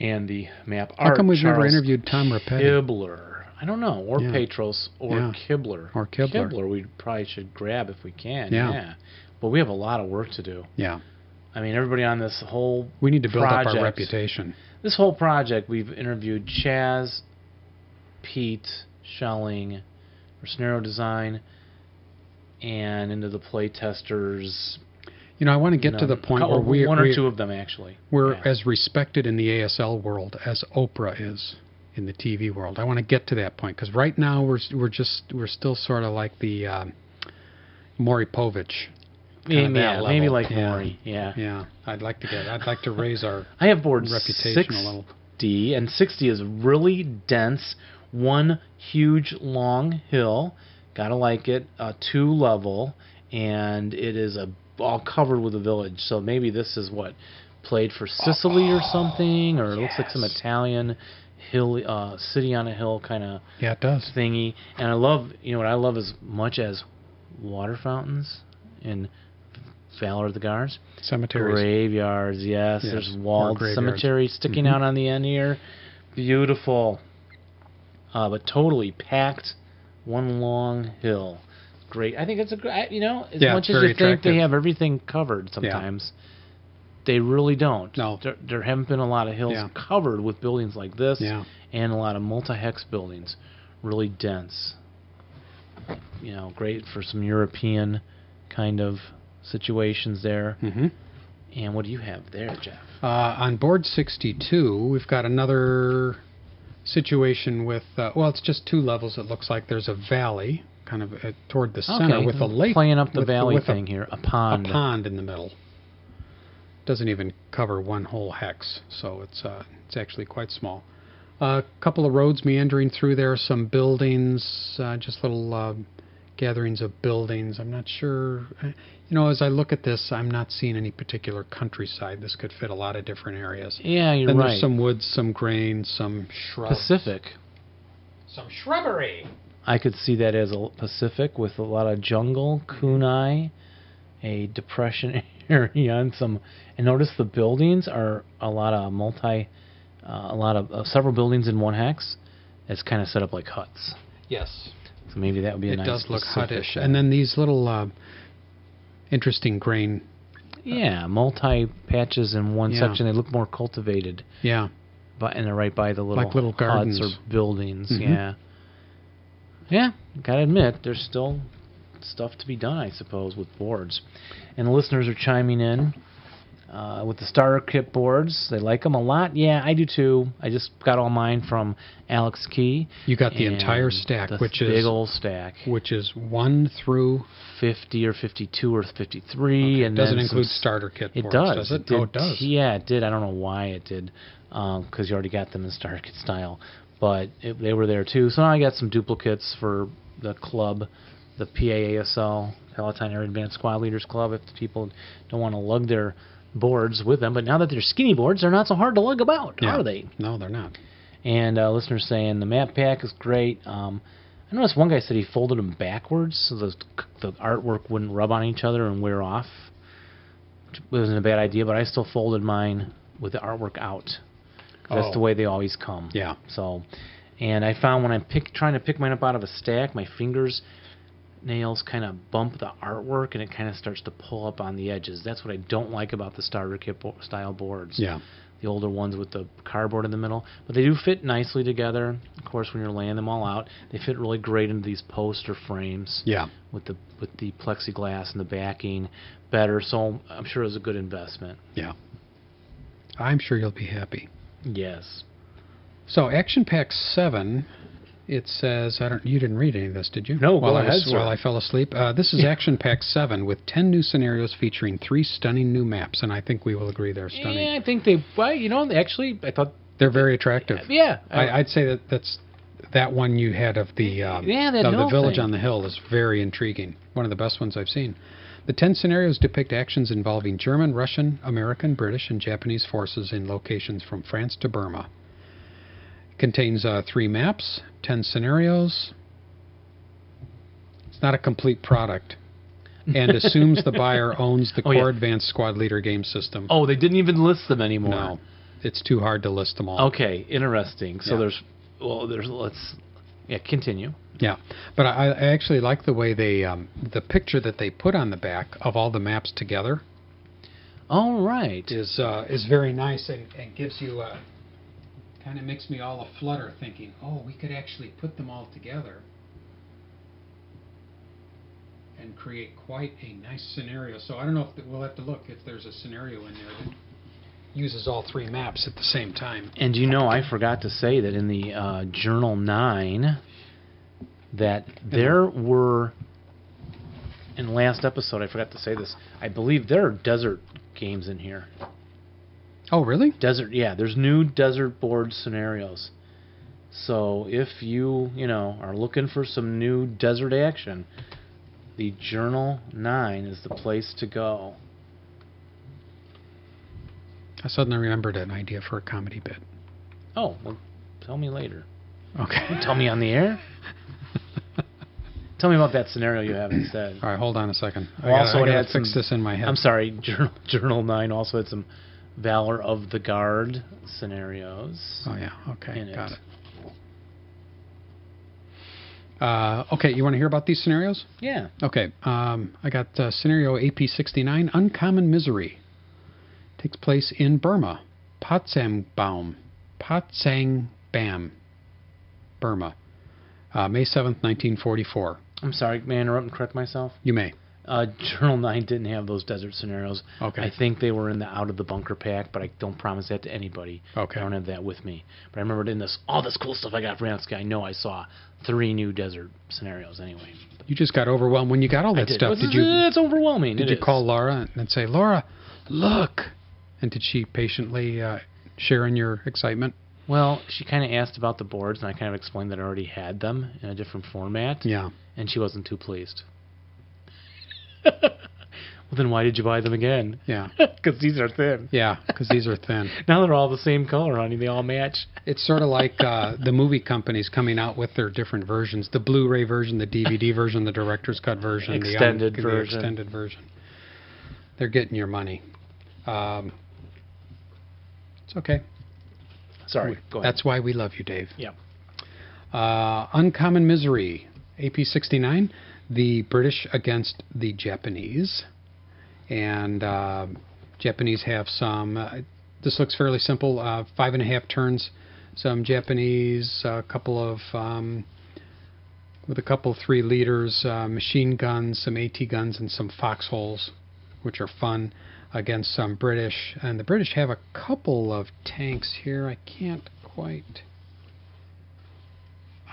A: And the map art.
B: How come we've never
A: Charles
B: interviewed Tom Rapetti?
A: Kibler. I don't know, or
B: Yeah.
A: Petros, or
B: Yeah.
A: Kibler.
B: Or Kibler.
A: we probably should grab if we can.
B: Yeah.
A: Yeah. But we have a lot of work to do.
B: Yeah,
A: I mean, everybody on this whole
B: we need to build up our
A: Project.
B: reputation.
A: this whole project, we've interviewed Chaz, Pete, Schelling, Rosnero Design, and into the play testers.
B: You know, I want to get to
A: None.
B: the point
A: Couple-
B: where we,
A: one or
B: we-
A: two of them actually.
B: we're
A: Yeah.
B: as respected in the ASL world as Oprah is in the TV world. I want to get to that point because right now we're s- we're just we're still sort of like the um, Maury Povich.
A: Yeah,
B: kinda that
A: maybe
B: level.
A: like
B: Yeah.
A: Maury. Yeah.
B: Yeah, I'd like to get. I'd like to raise our
A: I have board
B: reputation a little.
A: sixty, and sixty is really dense. One huge long hill, gotta like it. Uh, two level, and it is a all covered with a village. So maybe this is what played for Sicily or something, or it looks like some
B: yes.
A: Italian hill, uh, city on a hill kind of
B: Yeah, it does.
A: thingy. And I love, you know, what I love as much as water fountains in Valor of the Gars.
B: Cemeteries.
A: Graveyards, yes.
B: Yes,
A: There's
B: more
A: walled
B: graveyards.
A: cemetery sticking
B: Mhm.
A: out on the end here. Beautiful. Uh, but totally packed, one long hill. Great. I think it's a great, you know, as
B: Yeah,
A: much
B: it's
A: as you
B: very
A: think
B: attractive.
A: they have everything covered sometimes, they really don't.
B: No.
A: There, there haven't been a lot of hills
B: Yeah.
A: covered with buildings like this
B: Yeah.
A: and a lot of multi hex buildings. Really dense. You know, great for some European kind of situations there.
B: hmm
A: And what do you have there, Jeff?
B: Uh, on board 62, we've got another situation with, uh, well, it's just two levels. It looks like there's a valley kind of uh, toward the center with a lake.
A: Playing up the
B: with-
A: valley
B: with a-
A: thing here. A
B: A
A: pond.
B: pond in the middle. Doesn't even cover one whole hex, so it's uh, it's actually quite small. A couple of roads meandering through there, some buildings, uh, just little uh, gatherings of buildings. I'm not sure. uh, You know, as I look at this, I'm not seeing any particular countryside. This could fit a lot of different areas.
A: Yeah, you're
B: then
A: right.
B: there's some woods, some grain, some shrubs.
A: Pacific.
B: Some shrubbery.
A: I could see that as a l- Pacific with a lot of jungle,
B: Mm-hmm.
A: kunai, a depression area, and some. And notice the buildings are a lot of multi, uh, a lot of uh, several buildings in one hex. It's kind of set up like huts.
B: Yes.
A: So maybe that would be a
B: It
A: nice.
B: does look
A: Pacific
B: huttish.
A: there.
B: And then these little uh, interesting grain.
A: yeah, multi patches in one
B: Yeah.
A: section. They look more cultivated.
B: Yeah.
A: but and they're right by the little
B: Like little
A: huts
B: gardens.
A: or buildings.
B: Mhm.
A: Yeah, yeah. Gotta admit, there's still stuff to be done, I suppose, with boards. And the listeners are chiming in uh, with the starter kit boards. They like them a lot. Yeah, I do too. I just got all mine from Alex Key.
B: You got the
A: and
B: entire stack,
A: the
B: which
A: big
B: is
A: old stack,
B: which is one through.
A: 50 or 52 or 53,
B: Okay,
A: and
B: doesn't
A: then some
B: include starter kit.
A: It
B: boards,
A: does.
B: Does it?
A: did-
B: oh, it does.
A: Yeah, it did. I don't know why it did, because you already got them in Star Kit style, but it, they were there too. So now I got some duplicates for the club, the PAASL Palatine Air Advanced Squad Leaders Club if the people don't want to lug their boards with them. But now that they're skinny boards, they're not so hard to lug about,
B: Yeah.
A: are they?
B: No, they're not.
A: And uh, listeners saying the map pack is great. Um, I noticed one guy said he folded them backwards so the the artwork wouldn't rub on each other and wear off. Which wasn't a bad idea, but I still folded mine with the artwork out. 'Cause That's
B: Oh.
A: the way they always come.
B: Yeah.
A: So, and I found when I'm pick trying to pick mine up out of a stack, my fingers nails kind of bump the artwork and it kind of starts to pull up on the edges. That's what I don't like about the starter kit bo- style boards
B: Yeah.
A: the older ones with the cardboard in the middle. But they do fit nicely together. Of course, when you're laying them all out, they fit really great into these poster frames
B: Yeah.
A: with the with the plexiglass and the backing better. So I'm sure it was a good investment.
B: Yeah. I'm sure you'll be happy.
A: Yes.
B: So Action Pack Seven, it says I don't. You didn't read any of this, did you?
A: No, go
B: While I was,
A: ahead, sir.
B: while I fell asleep. Uh, this is Action Pack Seven with ten new scenarios featuring three stunning new maps, and I think we will agree they're stunning.
A: Yeah, I think they. Well, you know, actually, I thought.
B: They're very attractive.
A: Yeah.
B: I, I'd say that that's that one you had of the um,
A: Oh. Yeah, that
B: of the
A: hill
B: village
A: thing.
B: on the hill is very intriguing. One of the best ones I've seen. The ten scenarios depict actions involving German, Russian, American, British, and Japanese forces in locations from France to Burma. Contains uh, three maps, ten scenarios. It's not a complete product, and assumes the buyer owns the
A: Oh, yeah.
B: core advanced squad leader game system.
A: oh, they didn't even list them anymore.
B: no, it's too hard to list them all.
A: Okay, interesting. So
B: Yeah.
A: there's. Well, there's. Let's. Yeah, continue.
B: Yeah, but I, I actually like the way they um, the picture that they put on the back of all the maps together
A: All right.
B: is uh, is very nice and, and gives you uh kind of makes me all a flutter thinking, oh, we could actually put them all together and create quite a nice scenario. So I don't know if th- we'll have to look if there's a scenario in there that uses all three maps at the same time.
A: And you know, I forgot to say that in the uh, Journal 9, that there were, in last episode, I forgot to say this, I believe there are desert games in here.
B: Oh, really?
A: Desert, yeah, there's new desert board scenarios. So if you, you know, are looking for some new desert action, the Journal 9 is the place to go.
B: I suddenly remembered an idea for a comedy bit.
A: Oh, well, tell me later.
B: Okay.
A: Tell me on the air? Tell me about that scenario you have instead.
B: All right, hold on a second. I
A: Well,
B: gotta,
A: also
B: I
A: it
B: gotta
A: had
B: fix
A: some-
B: this in my head.
A: I'm sorry, Journal, Journal 9 also had some Valor of the Guard scenarios.
B: Oh yeah. Okay.
A: in
B: Got
A: it.
B: it. Uh, okay, you want to hear about these scenarios?
A: Yeah.
B: Okay, um, I got uh, scenario AP69, Uncommon Misery. Takes place in Burma, Potsangbaum, Bam, Burma, uh, May 7th, 1944.
A: I'm sorry, may I interrupt and correct myself?
B: You may.
A: Uh, Journal 9 didn't have those desert scenarios.
B: Okay.
A: I think they were in the Out of the Bunker pack, but I don't promise that to anybody.
B: Okay.
A: I don't have that with me. But I remembered in this all this cool stuff I got from Anska, I know I saw three new desert scenarios anyway.
B: You just got overwhelmed when you got all that
A: I did.
B: stuff.
A: It's-
B: Did you?
A: It's overwhelming.
B: Did
A: It
B: you
A: is.
B: call Laura and say, Laura, look? And did she patiently uh, share in your excitement?
A: Well, she kind of asked about the boards, and I kind of explained that I already had them in a different format.
B: Yeah.
A: and she wasn't too pleased. well, then why did you buy them again?
B: Yeah.
A: Because these are thin.
B: Yeah, because these are thin.
A: Now they're all the same color, honey. They all match.
B: It's sort of like uh, the movie companies coming out with their different versions: the Blu-ray version, the DVD version, the director's cut version,
A: Extended
B: the, un-
A: version.
B: the extended version. They're getting your money. Um, it's okay.
A: Sorry, go ahead.
B: That's why we love you, Dave.
A: Yep.
B: Uh, Uncommon Misery, AP 69, the British against the Japanese. And uh, Japanese have some, uh, this looks fairly simple, uh, five and a half turns, some Japanese, a couple of, um, with a couple, three leaders, uh, machine guns, some AT guns, and some foxholes, which are fun, against some British. And the British have a couple of tanks here. I can't quite.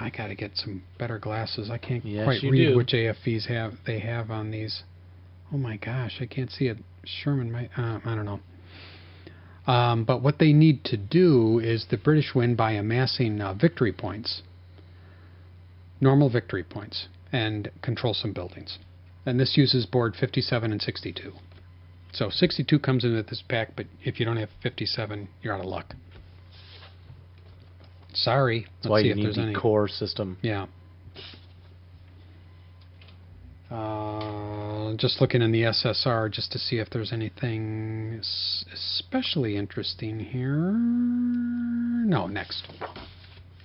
B: I gotta get some better glasses. I can't
A: Yes,
B: quite
A: you
B: read
A: do.
B: which AFVs have they have on these. Oh my gosh, I can't see it. Sherman might. Uh, I don't know. Um, but what they need to do is the British win by amassing uh, victory points, normal victory points, and control some buildings. and this uses board 57 and 62. So 62 comes in with this pack, but if you don't have 57, you're out of luck. Sorry.
A: That's why you need the core system.
B: Yeah. Uh, just looking in the SSR just to see if there's anything s- especially interesting here. No, next.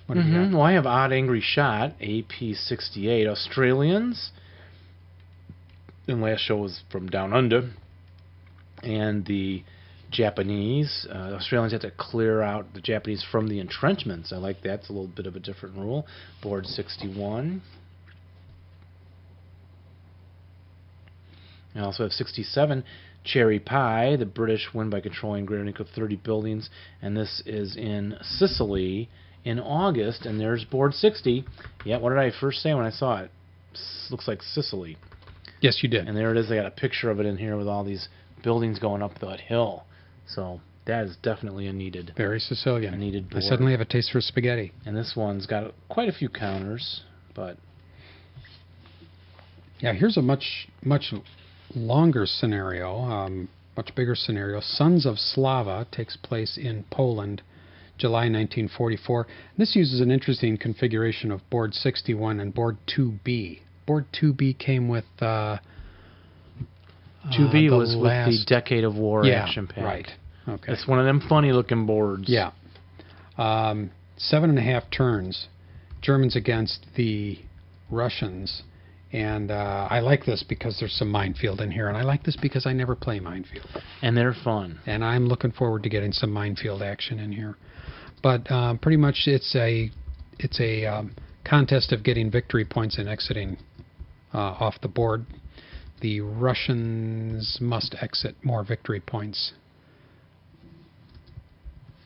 B: What do we
A: Mhm.
B: got?
A: Well, I have Odd Angry Shot, AP68, Australians. And last show was from Down Under. And the Japanese. Uh, Australians have to clear out the Japanese from the entrenchments. I like that. It's a little bit of a different rule. Board 61. I also have 67, Cherry Pie. The British win by controlling Greater Nick of 30 buildings. And this is in Sicily in August, and there's board 60. Yeah, what did I first say when I saw it? S- looks like Sicily.
B: Yes, you did.
A: And there it is. I got a picture of it in here with all these buildings going up that hill. So that is definitely a needed.
B: Very Sicilian.
A: I needed
B: I
A: board.
B: suddenly have a taste for spaghetti.
A: And this one's got quite a few counters, but
B: Yeah, here's a much much longer scenario, um, much bigger scenario. Sons of Slava takes place in Poland, July 1944. This uses an interesting configuration of board 61 and board 2B. Board 2B came with uh,
A: 2B
B: uh, the
A: was with the
B: last-
A: Decade of War
B: yeah,
A: action pack.
B: Right. Okay.
A: It's one of them funny looking boards.
B: Yeah. Um, seven and a half turns, Germans against the Russians. And uh, I like this because there's some minefield in here, and I like this because I never play minefield,
A: And they're fun.
B: and I'm looking forward to getting some minefield action in here. But um, pretty much it's a it's a um, contest of getting victory points and exiting uh, off the board. The Russians must exit more victory points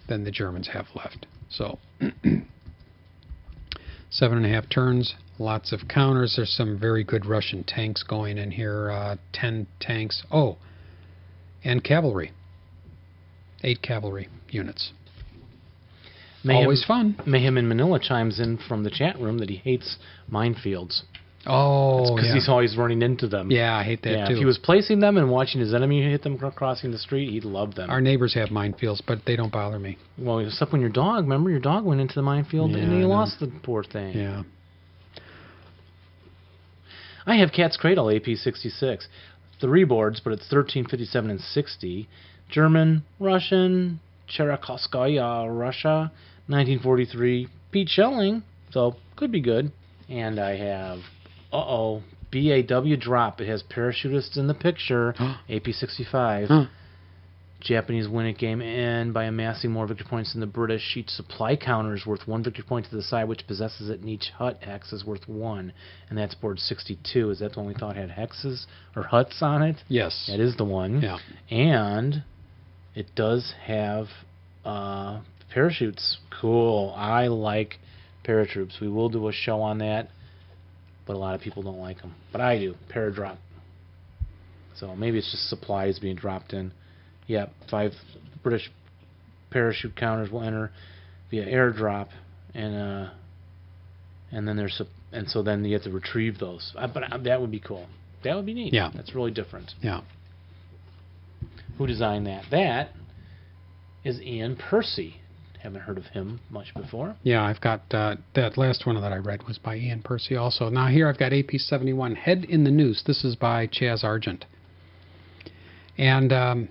B: than the Germans have left. So, seven and a half turns, lots of counters. There's some very good Russian tanks going in here. Uh, ten tanks. Oh, and cavalry. Eight cavalry units.
A: Mayhem,
B: Always fun.
A: Mayhem in Manila chimes in from the chat room that he hates minefields
B: Oh,
A: because
B: yeah.
A: he's always running into them.
B: yeah, I hate that
A: yeah,
B: too.
A: if he was placing them and watching his enemy hit them cr- crossing the street, he'd love them.
B: Our neighbors have minefields, but they don't bother me.
A: well, except when your dog. Remember, your dog went into the minefield
B: Yeah,
A: and he
B: I know.
A: lost the poor thing.
B: Yeah.
A: I have Cat's Cradle AP66, three boards, but it's 1357 and 60. German, Russian, Cherkasskaya, Russia, 1943. Pete Schelling, so could be good. And I have, uh oh, BAW drop. It has parachutists in the picture. AP65.
B: Huh.
A: Japanese win a game in by amassing more victory points than the British. Each supply counter is worth one victory point to the side, which possesses it, and each hut hex is worth one. And that's board 62. Is that the only thought had hexes or huts on it?
B: Yes.
A: That is the one.
B: Yeah.
A: And it does have uh, parachutes. Cool. I like paratroops. We will do a show on that, but a lot of people don't like them. But I do. Paradrop. So maybe it's just supplies being dropped in. Yeah, five British parachute counters will enter via airdrop, and uh, and then there's a, and so then you have to retrieve those. Uh, but uh, that would be cool. That would be neat.
B: Yeah.
A: that's really different
B: Yeah.
A: who designed that. That is Ian Percy. Haven't heard of him much before.
B: Yeah, I've got uh, that last one that I read was by Ian Percy also. Now, here I've got AP 71, Head in the Noose. This is by Chaz Argent. And, um,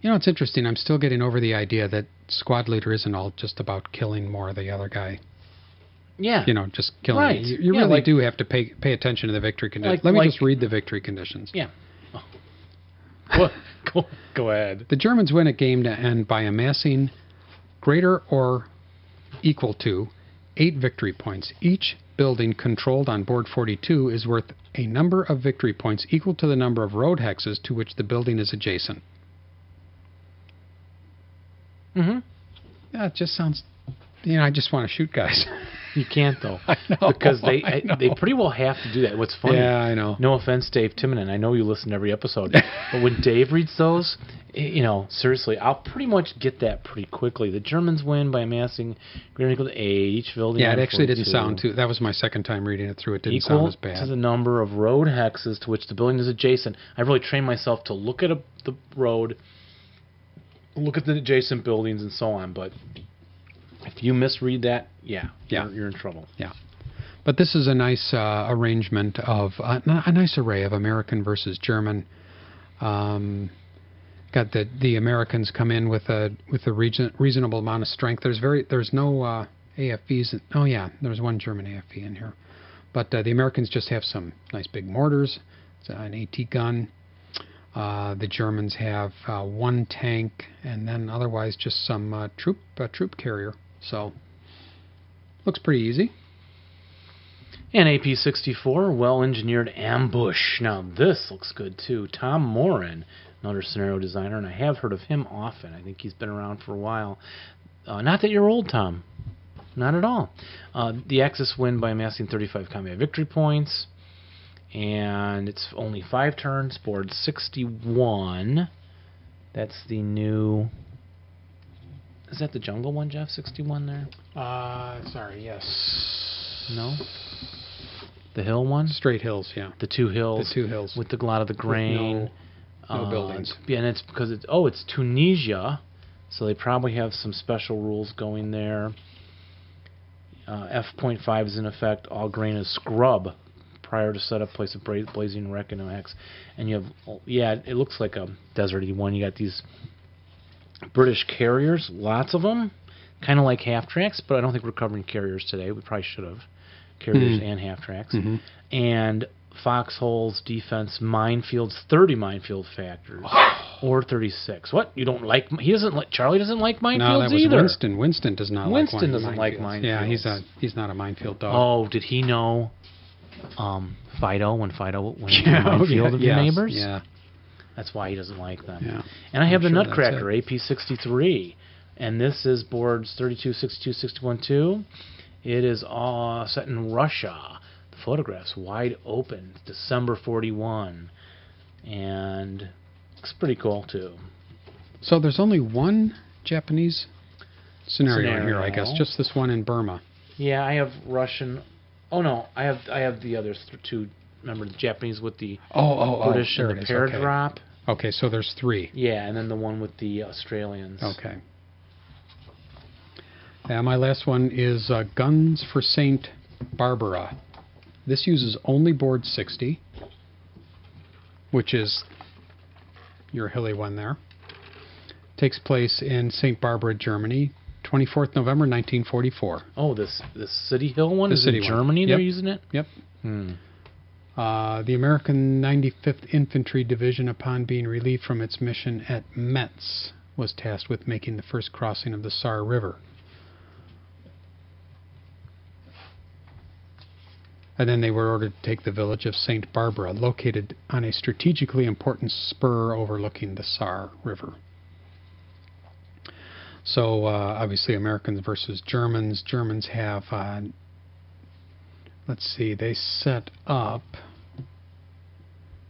B: you know, it's interesting. I'm still getting over the idea that squad leader isn't all just about killing more the other guy.
A: Yeah.
B: You know, just killing.
A: Right.
B: You, you
A: Yeah,
B: really
A: like-
B: do have to pay pay attention to the victory conditions.
A: Like-
B: Let me
A: like-
B: just read the victory conditions.
A: yeah. Oh. Go, go, go ahead.
B: The Germans win a game to end by amassing greater or equal to eight victory points. Each building controlled on board 42 is worth a number of victory points equal to the number of road hexes to which the building is adjacent.
A: Mm-hmm.
B: Yeah, it just sounds. You know, I just want to shoot guys.
A: You can't though,
B: I know,
A: because they
B: I
A: they
B: know.
A: pretty well have to do that. What's funny?
B: Yeah, I know.
A: No offense, Dave Timonen. I know you listen to every episode, but when Dave reads those, i- you know, seriously, I'll pretty much get that pretty quickly. The Germans win by amassing greater than or equal to eight, each building.
B: Yeah,
A: had
B: it actually didn't
A: 42
B: sound too. That was my second time reading it through. It didn't sound
A: Equal
B: as bad.
A: to the number of road hexes to which the building is adjacent. I've really trained myself to look at a, the road, look at the adjacent buildings, and so on. But if you misread that, yeah,
B: Yeah.
A: you're, you're in trouble.
B: But this is a nice uh, arrangement of uh, n- a nice array of American versus German. Um, got the the Americans come in with a with a region, reasonable amount of strength. There's very there's no uh, AFVs. Oh yeah, there's one German AFV in here, but uh, the Americans just have some nice big mortars, it's an AT gun. Uh, the Germans have uh, one tank, and then otherwise just some uh, troop uh, troop carrier. So looks pretty easy.
A: An AP 64, well engineered ambush. Now, this looks good too. Tom Morin, another scenario designer, and I have heard of him often. I think he's been around for a while. Uh, not that you're old, Tom. Not at all. Uh, the Axis win by amassing 35 combat victory points, and it's only five turns, board 61. That's the new. Is that the jungle one, Jeff? 61 there?
B: Uh, sorry, yes.
A: No? The hill one?
B: Straight hills, yeah.
A: The two hills.
B: The two hills.
A: with the, a lot of the grain. uh,
B: no buildings.
A: Yeah, and it's because it's oh, it's Tunisia, so they probably have some special rules going there. Uh, F.5 is in effect. All grain is scrub prior to setup, place of bra- blazing wreck and OX. And you have, oh, yeah, it looks like a deserty one. You got these British carriers, lots of them, kind of like half tracks, but I don't think we're covering carriers today. We probably should have. Carriers
B: Hmm.
A: and half tracks
B: Mhm.
A: and foxholes, defense, minefields, 30 minefield factors,
B: Oh.
A: or 36. What? You don't like? He doesn't like. Charlie doesn't like
B: No,
A: minefields
B: that was
A: either.
B: Winston. Winston does not
A: Winston
B: like mine-
A: doesn't like
B: minefields. Yeah,
A: minefields.
B: he's a he's not a minefield dog.
A: Oh, did he know? Um, Fido when Fido went into
B: yeah,
A: the
B: oh,
A: minefield
B: yeah,
A: of your
B: yes,
A: neighbors.
B: Yeah,
A: That's why he doesn't like them.
B: yeah.
A: And I
B: I'm
A: have the
B: sure that's
A: Nutcracker AP63, and this is boards 32, 62, 61, 2. It is uh, set in Russia. The photographs wide open, December 41, and it's pretty cool too.
B: So there's only one Japanese scenario, in here, I
A: Scenario.
B: guess. Just this one in Burma.
A: Yeah, I have Russian. Oh no, I have I have the others th- two. Remember the Japanese with the
B: Oh, oh, oh.
A: British
B: there
A: and the
B: it is,
A: pear
B: okay.
A: drop.
B: Okay, so there's three.
A: Yeah, and then the one with the Australians.
B: Okay. And my last one is uh, Guns for Saint Barbara. This uses only board 60, which is your hilly one there. Takes place in Saint Barbara, Germany, 24th November 1944.
A: Oh, this this City Hill one
B: The
A: is
B: City
A: in
B: one.
A: Germany. They're
B: Yep.
A: using it.
B: Yep.
A: Hmm.
B: Uh, the American 95th Infantry Division, upon being relieved from its mission at Metz, was tasked with making the first crossing of the Saar River. And then they were ordered to take the village of St. Barbara, located on a strategically important spur overlooking the Saar River. So, uh, obviously, Americans versus Germans. Germans have uh, let's see, they set up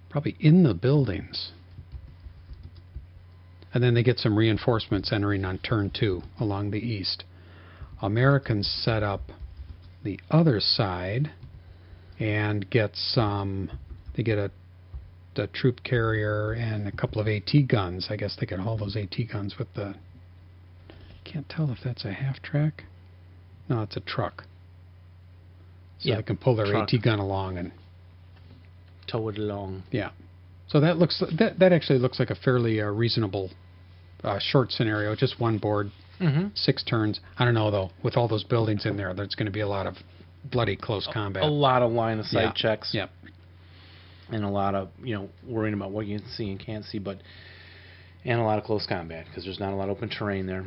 B: probably in the buildings. And then they get some reinforcements entering on turn two along the east. Americans set up the other side and get some, they get a, a troop carrier and a couple of AT guns. I guess they could haul those AT guns with the. Can't tell if that's a half track. No, it's a truck. So
A: Yeah,
B: they can pull their
A: truck.
B: AT gun along and
A: Tow it along.
B: so that looks that that actually looks like a fairly uh, reasonable uh, short scenario. Just one board,
A: Mm-hmm.
B: six turns. I don't know though. With all those buildings in there, there's going to be a lot of bloody close combat.
A: A lot of line of sight
B: Yeah.
A: checks.
B: Yep.
A: And a lot of you know worrying about what you can see and can't see, but and a lot of close combat because there's not a lot of open terrain there.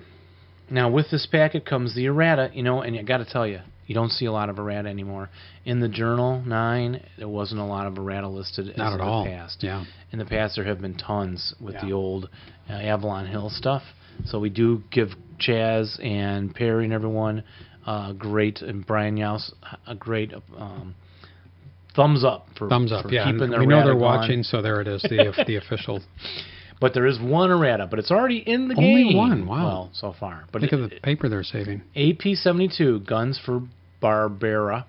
A: Now with this packet comes the errata, you know, and I got to tell you, you don't see a lot of errata anymore. In the journal nine, there wasn't a lot of errata listed. as
B: Not at
A: in the
B: all.
A: Past.
B: Yeah.
A: In the past, there have been tons with
B: Yeah.
A: the old uh, Avalon Hill stuff. So we do give Chaz and Perry and everyone uh, great, and Brian Yaus, a great um, thumbs up for
B: Thumbs up.
A: for
B: Yeah, and
A: keeping their
B: we know
A: errata
B: they're
A: going.
B: watching, so there it is. The the official.
A: But there is one errata, but it's already in the
B: Only
A: game.
B: one, wow.
A: Well, so far. But
B: Think
A: it-
B: of the paper they're saving.
A: AP seventy two guns for Barbera,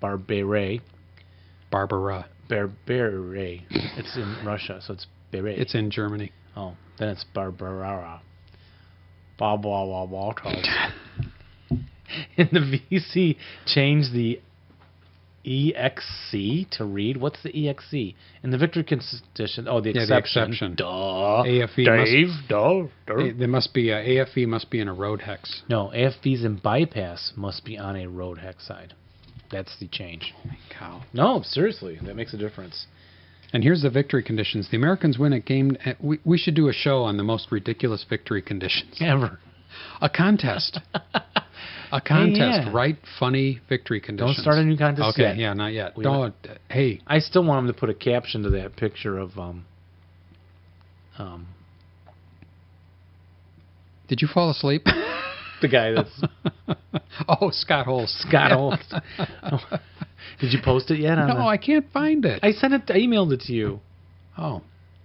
A: Barbere,
B: Barbara.
A: Barbere. It's in Russia, so it's Bere.
B: It's in Germany.
A: oh, then it's Barbera. Bob blah blah blah. And the VC changed the EXC to read. What's the EXC in the victory condition? Oh, the
B: Yeah, the
A: exception.
B: exception.
A: Duh.
B: AFE must-
A: Dave. Duh. Duh.
B: They, they must be uh, AFE must be in a road hex.
A: No, AFBs and bypass must be on a road hex side. That's the change.
B: Cow.
A: No, seriously, that makes a difference.
B: And here's the victory conditions. The Americans win a game. At, we, we should do a show on the most ridiculous victory conditions.
A: Ever.
B: A contest. a contest.
A: yeah.
B: Write funny victory conditions.
A: start a new contest
B: Okay.
A: yet.
B: Yeah, not yet.
A: We-
B: Don't. hey,
A: I still want him to put a caption to that picture of um um
B: did you fall asleep?
A: the guy that's
B: oh, Scott Holst.
A: Scott Holt. Did you post it yet? On
B: No,
A: the-
B: I can't find it.
A: I sent it. I emailed it to you.
B: oh.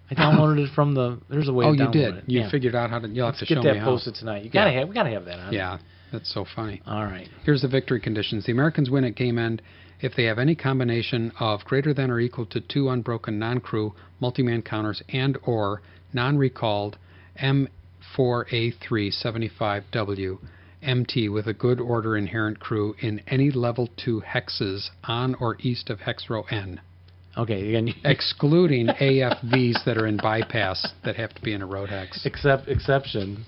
A: I downloaded it from the. There's a way.
B: Oh,
A: to
B: you
A: download
B: did.
A: It.
B: You
A: yeah.
B: figured out how to. You'll have
A: Let's get
B: to show me
A: that
B: how.
A: posted tonight. You gotta
B: Yeah.
A: have. We gotta have that on.
B: Yeah, that's so funny.
A: All right.
B: Here's the victory conditions. The Americans win at game end if they have any combination of greater than or equal to two unbroken non-crew multi-man counters and or non-recalled M4A375W MT with a good order inherent crew in any level 2 hexes on or east of hex row N,
A: Okay. Again,
B: excluding AFVs that are in bypass that have to be in a road hex.
A: except exception.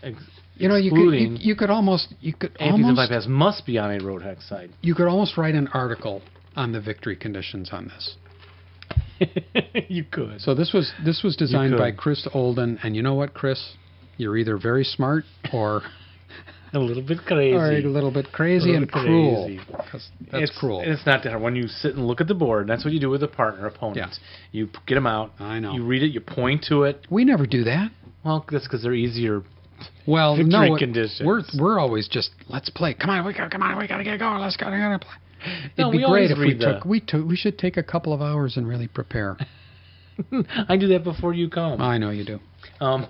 A: Ex-
B: You know, you could,
A: excluding
B: you, you could almost you could
A: Amphis and
B: almost
A: bypass must be on a road hex side.
B: you could almost write an article on the victory conditions on this.
A: you could.
B: So this was this was designed
A: could.
B: by Chris Olden, and you know what, Chris, you're either very smart or,
A: A little bit crazy.
B: or a little bit crazy
A: Little
B: and cruel.
A: crazy.
B: 'Cause That's
A: it's,
B: cruel.
A: It's not that When you sit and look at the board, that's what you do with a partner opponent. You p- get them out.
B: I know.
A: You read it. You point to it.
B: we never do that.
A: Well, that's because they're easier.
B: Well,
A: Victory
B: no, it-
A: conditions.
B: we're we're always just let's play. Come on, we got come on, we gotta get going. Let's go, we gotta play. It'd
A: No,
B: be
A: we always
B: great if we
A: read the-
B: took we took we should take a couple of hours and really prepare.
A: I do that before you come.
B: I know you do.
A: Um,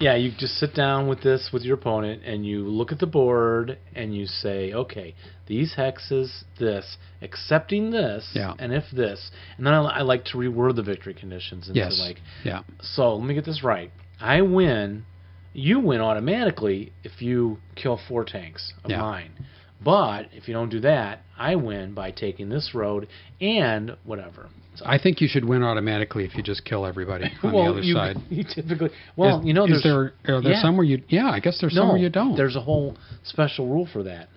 A: yeah, you just sit down with this with your opponent, and you look at the board, and you say, okay, these hexes, this, accepting this,
B: Yeah.
A: and if this, and then I, I like to reword the victory conditions into
B: Yes.
A: like,
B: Yeah.
A: so let me get this right. I win, you win automatically if you kill four tanks of
B: Yeah.
A: mine. But if you don't do that, I win by taking this road and whatever. So,
B: I think you should win automatically if you just kill everybody on the other
A: you,
B: side.
A: you typically well, you know, there's
B: is there are there
A: yeah.
B: some where you yeah I guess there's some
A: no,
B: where you don't.
A: There's a whole special rule for that.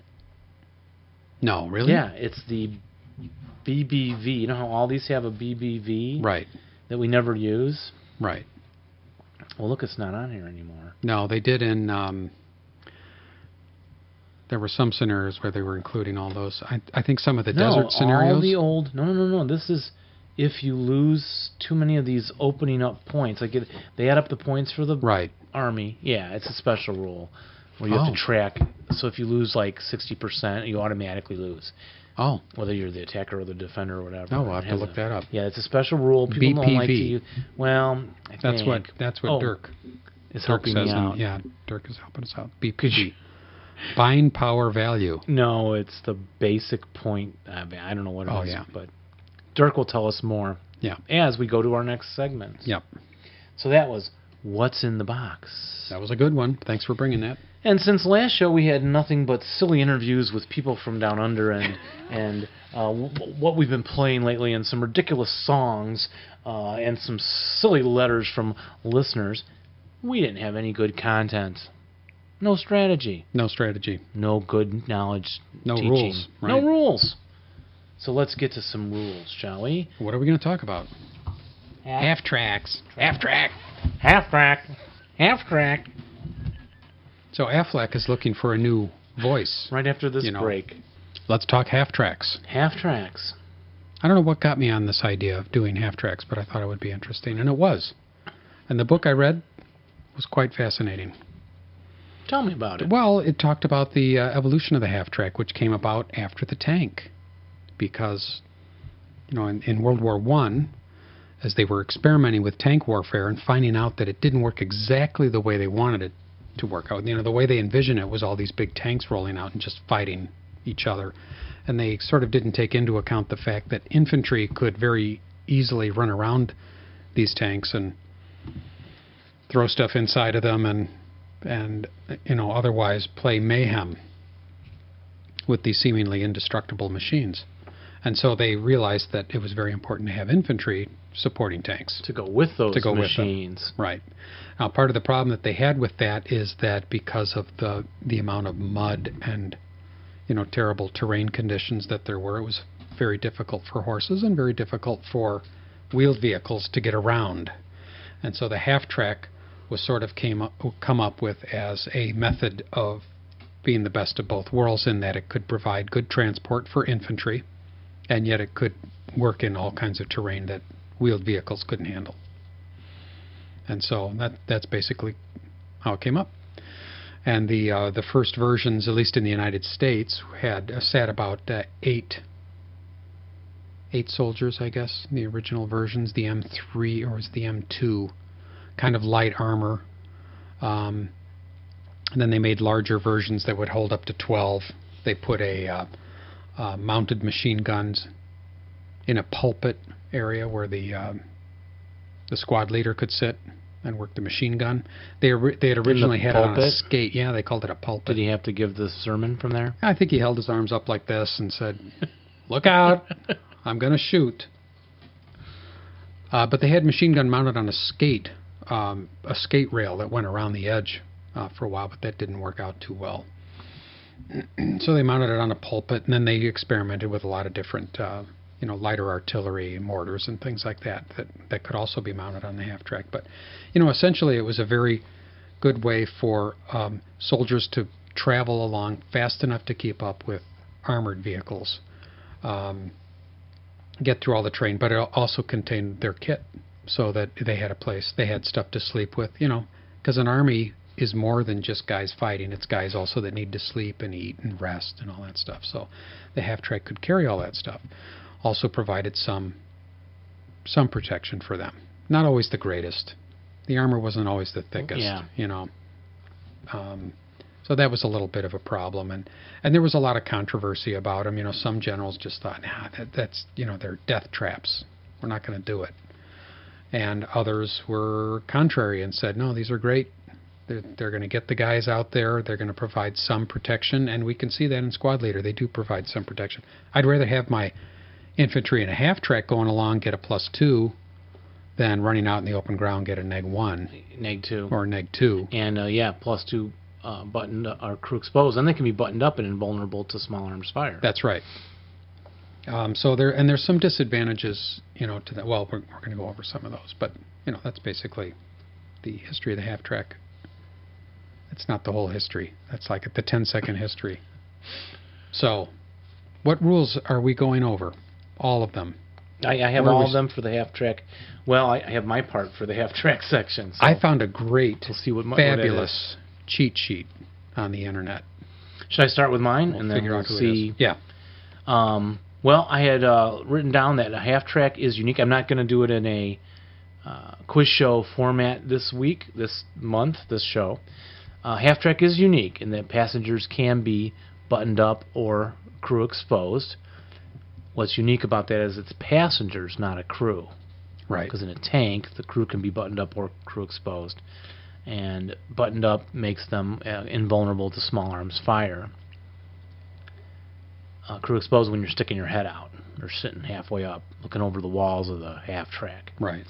B: no really
A: Yeah, it's the BBV. You know how all these have a BBV
B: right
A: that we never use.
B: right
A: Well, look, it's not on here anymore.
B: no they did in um, there were some scenarios where they were including all those I I think some of the desert
A: All
B: scenarios
A: the old no no no no. This is if you lose too many of these opening up points. Like it, they add up the points for the
B: right
A: army. Yeah, it's a special rule where you have
B: Oh.
A: to track. So if you lose like sixty percent, you automatically lose
B: oh
A: whether you're the attacker or the defender or whatever.
B: Oh, I'll have
A: It
B: to
A: has
B: look
A: a-
B: that up.
A: Yeah, it's a special rule. People don't like to.
B: BPV.
A: Use, well, I
B: that's what
A: think
B: that's what
A: Oh,
B: Dirk
A: is
B: Dirk
A: helping
B: says
A: me
B: in-
A: out.
B: yeah Dirk is helping us out BPG buying power value
A: No, it's the basic point. I mean, I don't know what it
B: Oh,
A: is,
B: yeah.
A: but Dirk will tell us more
B: yeah
A: as we go to our next segment.
B: yep
A: So that was What's in the Box.
B: that was a good one thanks for bringing that
A: And since last show, we had nothing but silly interviews with people from down under and and uh, w- what we've been playing lately, and some ridiculous songs, uh, and some silly letters from listeners. We didn't have any good content. No strategy.
B: no strategy
A: No good knowledge.
B: No
A: teaching.
B: rules, right?
A: No rules. So let's get to some rules, shall we?
B: what are we going to talk about half tracks half track
A: Half crack. Half crack.
B: so Affleck is looking for a new voice
A: Right after this
B: You know.
A: break.
B: Let's talk half tracks.
A: Half tracks.
B: I don't know what got me on this idea of doing half tracks, but I thought it would be interesting, and it was. And the book I read was quite fascinating.
A: Tell me about it.
B: Well, it talked about the uh, evolution of the half track, which came about after the tank, because you know in, in World War One, as they were experimenting with tank warfare and finding out that it didn't work exactly the way they wanted it to work out. You know, the way they envisioned it was all these big tanks rolling out and just fighting each other, and they sort of didn't take into account the fact that infantry could very easily run around these tanks and throw stuff inside of them and and you know otherwise play mayhem with these seemingly indestructible machines. And so they realized that it was very important to have infantry supporting tanks.
A: To go with those
B: To go with them.
A: machines.
B: Right. Now, part of the problem that they had with that is that because of the the amount of mud and you know terrible terrain conditions that there were, it was very difficult for horses and very difficult for wheeled vehicles to get around. And so the half track was sort of came up, come up with as a method of being the best of both worlds in that it could provide good transport for infantry, and yet it could work in all kinds of terrain that wheeled vehicles couldn't handle. And so that that's basically how it came up. And the uh, the first versions, at least in the United States, had uh, sat about uh, eight eight soldiers, I guess. in The original versions, the M3 or was it the M2, kind of light armor. Um, and then they made larger versions that would hold up to 12. They put a uh, uh, mounted machine guns in a pulpit area where the um, the squad leader could sit and work the machine gun. They ori- they had originally had it on a
A: pulpit?
B: skate. Yeah, they called it a
A: Did
B: pulpit.
A: he have to give the sermon from there?
B: I think he held his arms up like this and said, "Look out! I'm going to shoot." Uh, but they had machine gun mounted on a skate, um, a skate rail that went around the edge uh, for a while, but that didn't work out too well. so they mounted it on a pulpit, and then they experimented with a lot of different, uh, you know, lighter artillery, mortars, and things like that, that that could also be mounted on the half track. But you know, essentially, it was a very good way for um, soldiers to travel along fast enough to keep up with armored vehicles, um, get through all the terrain, but it al- also contained their kit so that they had a place, they had stuff to sleep with, you know, because an army is more than just guys fighting. It's guys also that need to sleep and eat and rest and all that stuff. So the half track could carry all that stuff. Also provided some some protection for them. Not always the greatest. The armor wasn't always the thickest,
A: Yeah.
B: you know. Um, so that was a little bit of a problem, and and there was a lot of controversy about them. You know, some generals just thought, nah, that, that's you know, they're death traps. We're not going to do it. And others were contrary and said, no, these are great. They're, they're going to get the guys out there. They're going to provide some protection, and we can see that in squad leader. They do provide some protection. I'd rather have my infantry and a half track going along get a plus two than running out in the open ground get a neg one
A: Neg two.
B: or a neg two.
A: And uh, yeah, plus two uh, buttoned or crew exposed, and they can be buttoned up and invulnerable to small arms fire.
B: That's right. Um, so there and there's some disadvantages, you know, to that. Well, we're, we're going to go over some of those, but you know, that's basically the history of the half track. It's not the whole history. That's like the 10 second history. So, what rules are we going over? All of them.
A: I, I have
B: Where
A: all
B: was-
A: of them for the half track. Well, I, I have my part for the half track section. So
B: I found a great,
A: we'll see what my what it is.
B: fabulous cheat sheet on the internet.
A: Should I start with mine
B: We'll
A: and then
B: figure
A: we'll
B: out who
A: see?
B: it is. Yeah.
A: Um, well, I had uh, written down that a half track is unique. I'm not going to do it in a uh, quiz show format this week, this month, this show. Uh, half track is unique in that passengers can be buttoned up or crew exposed. What's unique about that is it's passengers, not a crew
B: Right.
A: because in a tank the crew can be buttoned up or crew exposed and buttoned up makes them uh, invulnerable to small arms fire uh, crew exposed when you're sticking your head out or sitting halfway up looking over the walls of the half track
B: Right.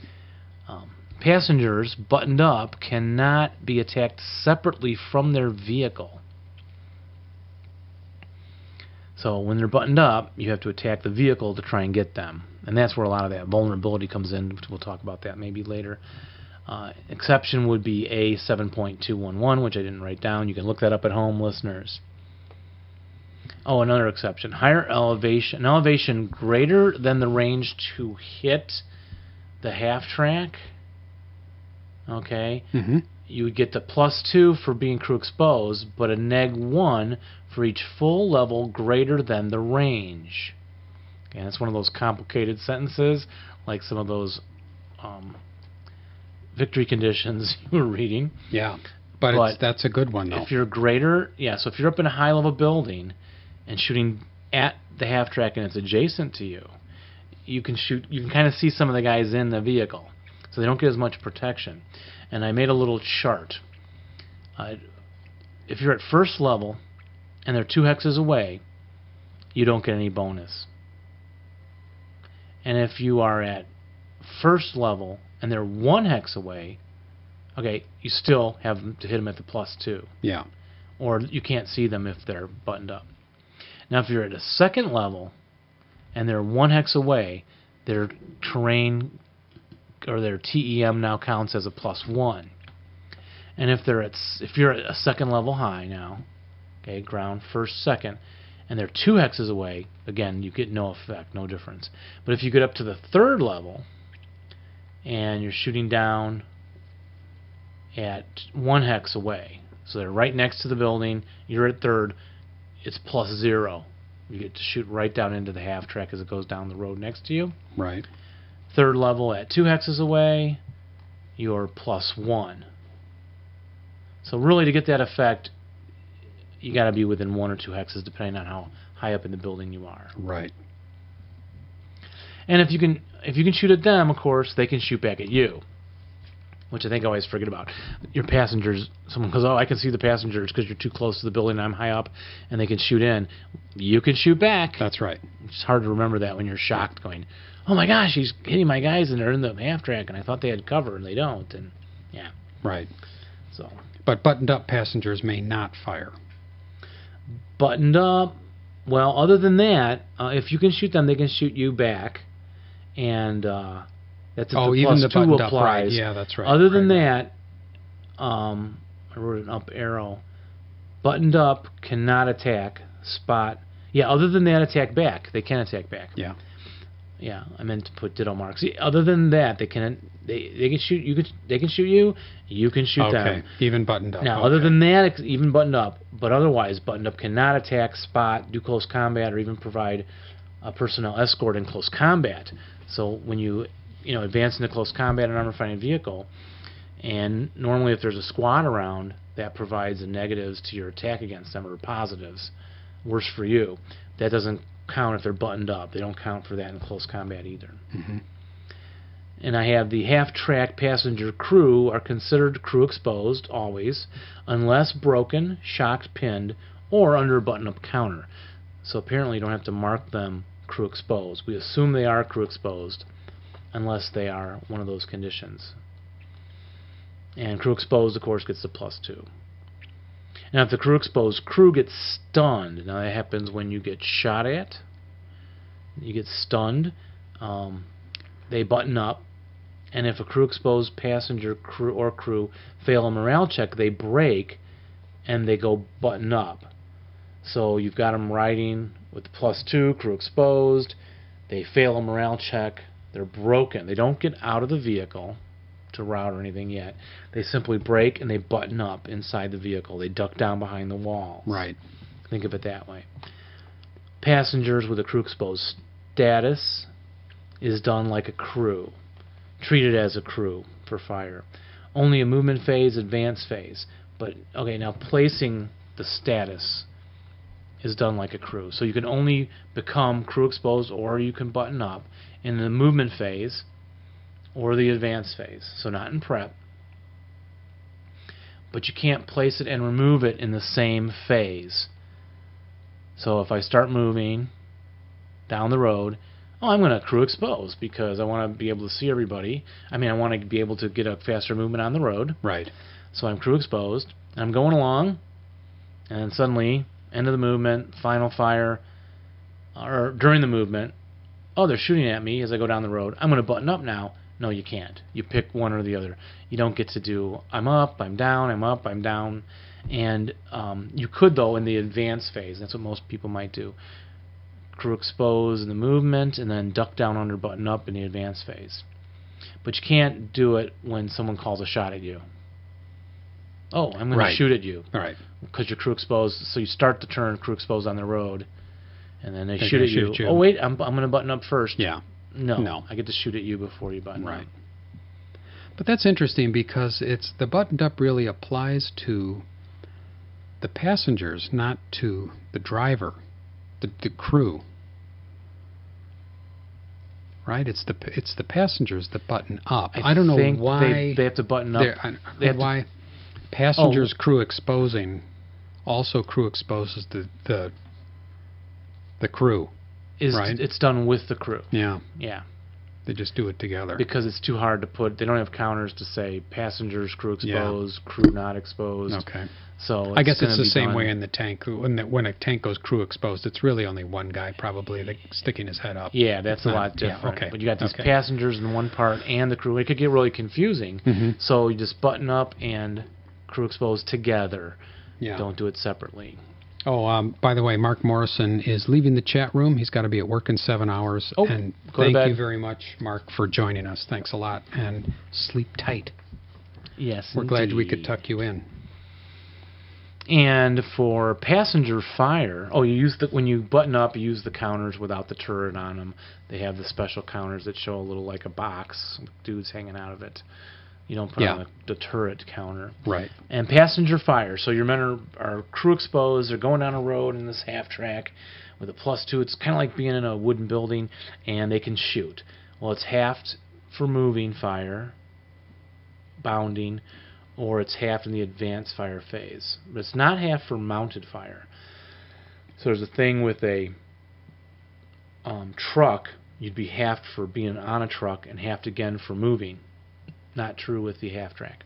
A: um, passengers buttoned up cannot be attacked separately from their vehicle so when they're buttoned up, you have to attack the vehicle to try and get them, and that's where a lot of that vulnerability comes in. Which we'll talk about that maybe later. Uh, exception would be A seven point two one one, which I didn't write down. You can look that up at home, listeners. Oh, another exception: higher elevation, an elevation greater than the range to hit the half track. Okay,
B: hmm
A: you would get the plus two for being crew exposed, but a neg one for each full level greater than the range. Okay, that's one of those complicated sentences, like some of those um, victory conditions you were reading.
B: Yeah. But, it's,
A: But
B: that's a good one, though.
A: If you're greater, yeah, so if you're up in a high level building and shooting at the half track and it's adjacent to you, you can shoot, you can kind of see some of the guys in the vehicle. So they don't get as much protection. And I made a little chart. Uh, if you're at first level and they're two hexes away, you don't get any bonus. And if you are at first level and they're one hex away, okay, you still have to hit them at the plus two
B: Yeah.
A: or you can't see them if they're buttoned up. Now, if you're at a second level and they're one hex away, their terrain or their TEM now counts as a plus one. And if they're at s- if you're at a second level high now, okay, ground first, second, and they're two hexes away, again you get no effect, no difference. But if you get up to the third level and you're shooting down at one hex away. So they're right next to the building. You're at third. It's plus zero. You get to shoot right down into the half track as it goes down the road next to you.
B: Right.
A: Third level at two hexes away, you're plus one. So really, to get that effect, you got to be within one or two hexes, depending on how high up in the building you are.
B: Right.
A: And if you can if you can shoot at them, of course, they can shoot back at you. Which I think I always forget about. Your passengers, someone goes, "Oh, I can see the passengers because you're too close to the building. I'm high up, and they can shoot in. You can shoot back.
B: That's right.
A: It's hard to remember that when you're shocked, going, "Oh my gosh, he's hitting my guys, and they're in the half track, and I thought they had cover, and they don't." And
B: Right.
A: so,
B: But buttoned up passengers may not fire.
A: buttoned up. Well, other than that, uh, if you can shoot them, they can shoot you back, and uh, that's if
B: oh,
A: the
B: even
A: plus
B: the
A: two
B: buttoned
A: applies.
B: up. Right. Yeah, that's right.
A: Other than
B: Right,
A: that, um, I wrote an up arrow. Buttoned up cannot attack. Spot. Yeah. Other than that, attack back. They can attack back.
B: Yeah.
A: Yeah. I meant to put ditto marks. Yeah, Other than that, they can they they can shoot you can they can shoot you. You can shoot
B: Okay.
A: them.
B: Even buttoned up.
A: Now,
B: okay.
A: other than that, it's even buttoned up. But otherwise, buttoned up cannot attack, spot, do close combat, or even provide a personnel escort in close combat. So when you, you know, advance into close combat in an armor fighting vehicle, and normally if there's a squad around, that provides a negatives to your attack against them or positives. Worse for you. That doesn't count if they're buttoned up. They don't count for that in close combat either
B: Mhm.
A: and I have the half track passenger crew are considered crew exposed always, unless broken, shocked, pinned, or under a button up counter. So apparently you don't have to mark them crew exposed. We assume they are crew exposed unless they are one of those conditions. And crew exposed, of course, gets the plus two. Now, if the crew exposed crew gets stunned, now that happens when you get shot at, you get stunned. Um, they button up, and if a crew exposed passenger crew or crew fail a morale check, they break and they go button up. So you've got them riding with the plus two, crew exposed. They fail a morale check. They're broken. They don't get out of the vehicle to route or anything yet. They simply break and they button up inside the vehicle. They duck down behind the wall.
B: Right.
A: Think of it that way. Passengers with a crew exposed status is done like a crew, treated as a crew for fire. Only a movement phase, advance phase. But okay, now placing the status is done like a crew. So you can only become crew exposed or you can button up in the movement phase or the advance phase. So not in prep. But you can't place it and remove it in the same phase. So if I start moving down the road, oh, I'm going to crew expose because I want to be able to see everybody. I mean, I want to be able to get a faster movement on the road.
B: Right.
A: So I'm crew exposed, and I'm going along, and suddenly, end of the movement, final fire, or during the movement, oh, they're shooting at me as I go down the road. I'm going to button up now. No, you can't. You pick one or the other. You don't get to do I'm up, I'm down, I'm up, I'm down. And um, you could, though, in the advanced phase. That's what most people might do. Crew expose in the movement, and then duck down under button up in the advanced phase. But you can't do it when someone calls a shot at you Oh, I'm going
B: Right.
A: to shoot at you
B: All right.
A: because you're crew exposed. So you start the turn crew exposed on the road, and then they
B: They're
A: shoot
B: gonna
A: at,
B: shoot
A: you.
B: at you.
A: Oh wait, I'm I'm going to button up first.
B: Yeah.
A: No,
B: No.
A: I get to shoot at you before you button
B: Right.
A: up.
B: But that's interesting because it's the buttoned up really applies to the passengers, not to the driver, the, the crew. Right? It's the it's the passengers that button up. I, don't know
A: think
B: why
A: they, they have to button up.
B: they're- I don't
A: They
B: know
A: have to- Oh.
B: why passengers crew exposing also crew exposes the the the crew.
A: Is
B: right.
A: it's done with the crew?
B: Yeah,
A: Yeah,
B: they just do it together.
A: because it's too hard to put. They don't have counters to say passengers crew
B: Yeah.
A: exposed, crew not exposed.
B: okay.
A: So
B: I guess
A: gonna
B: it's the
A: be
B: same
A: done-
B: way in the tank. When the, when a tank goes crew exposed, it's really only one guy probably that sticking his head up.
A: Yeah, that's a
B: not-
A: lot
B: yeah,
A: different.
B: okay,
A: But you got these
B: okay.
A: passengers in one part and the crew. It could get really confusing.
B: Mm-hmm.
A: So you just button up and crew exposed together.
B: Yeah.
A: Don't do it separately.
B: Oh, um, by the way, Mark Morrison is leaving the chat room. He's got to be at work in seven hours.
A: Oh,
B: and
A: go to
B: thank
A: bed.
B: you very much, Mark, for joining us. Thanks a lot, and sleep tight.
A: Yes,
B: We're glad we could
A: indeed.
B: tuck you in.
A: And for passenger fire, oh, you use the when you button up, you use the counters without the turret on them. They have the special counters that show a little like a box with dudes hanging out of it. You don't put
B: Yeah.
A: on the, the turret counter.
B: Right.
A: and passenger fire. So your men are, are crew exposed. They're going down a road in this half track with a plus two. It's kind of like being in a wooden building, and they can shoot. Well, it's halved for moving fire, bounding, or it's halved in the advanced fire phase. But it's not half for mounted fire. So there's a thing with a um, truck. You'd be halved for being on a truck and halved again for moving. Not true with the half track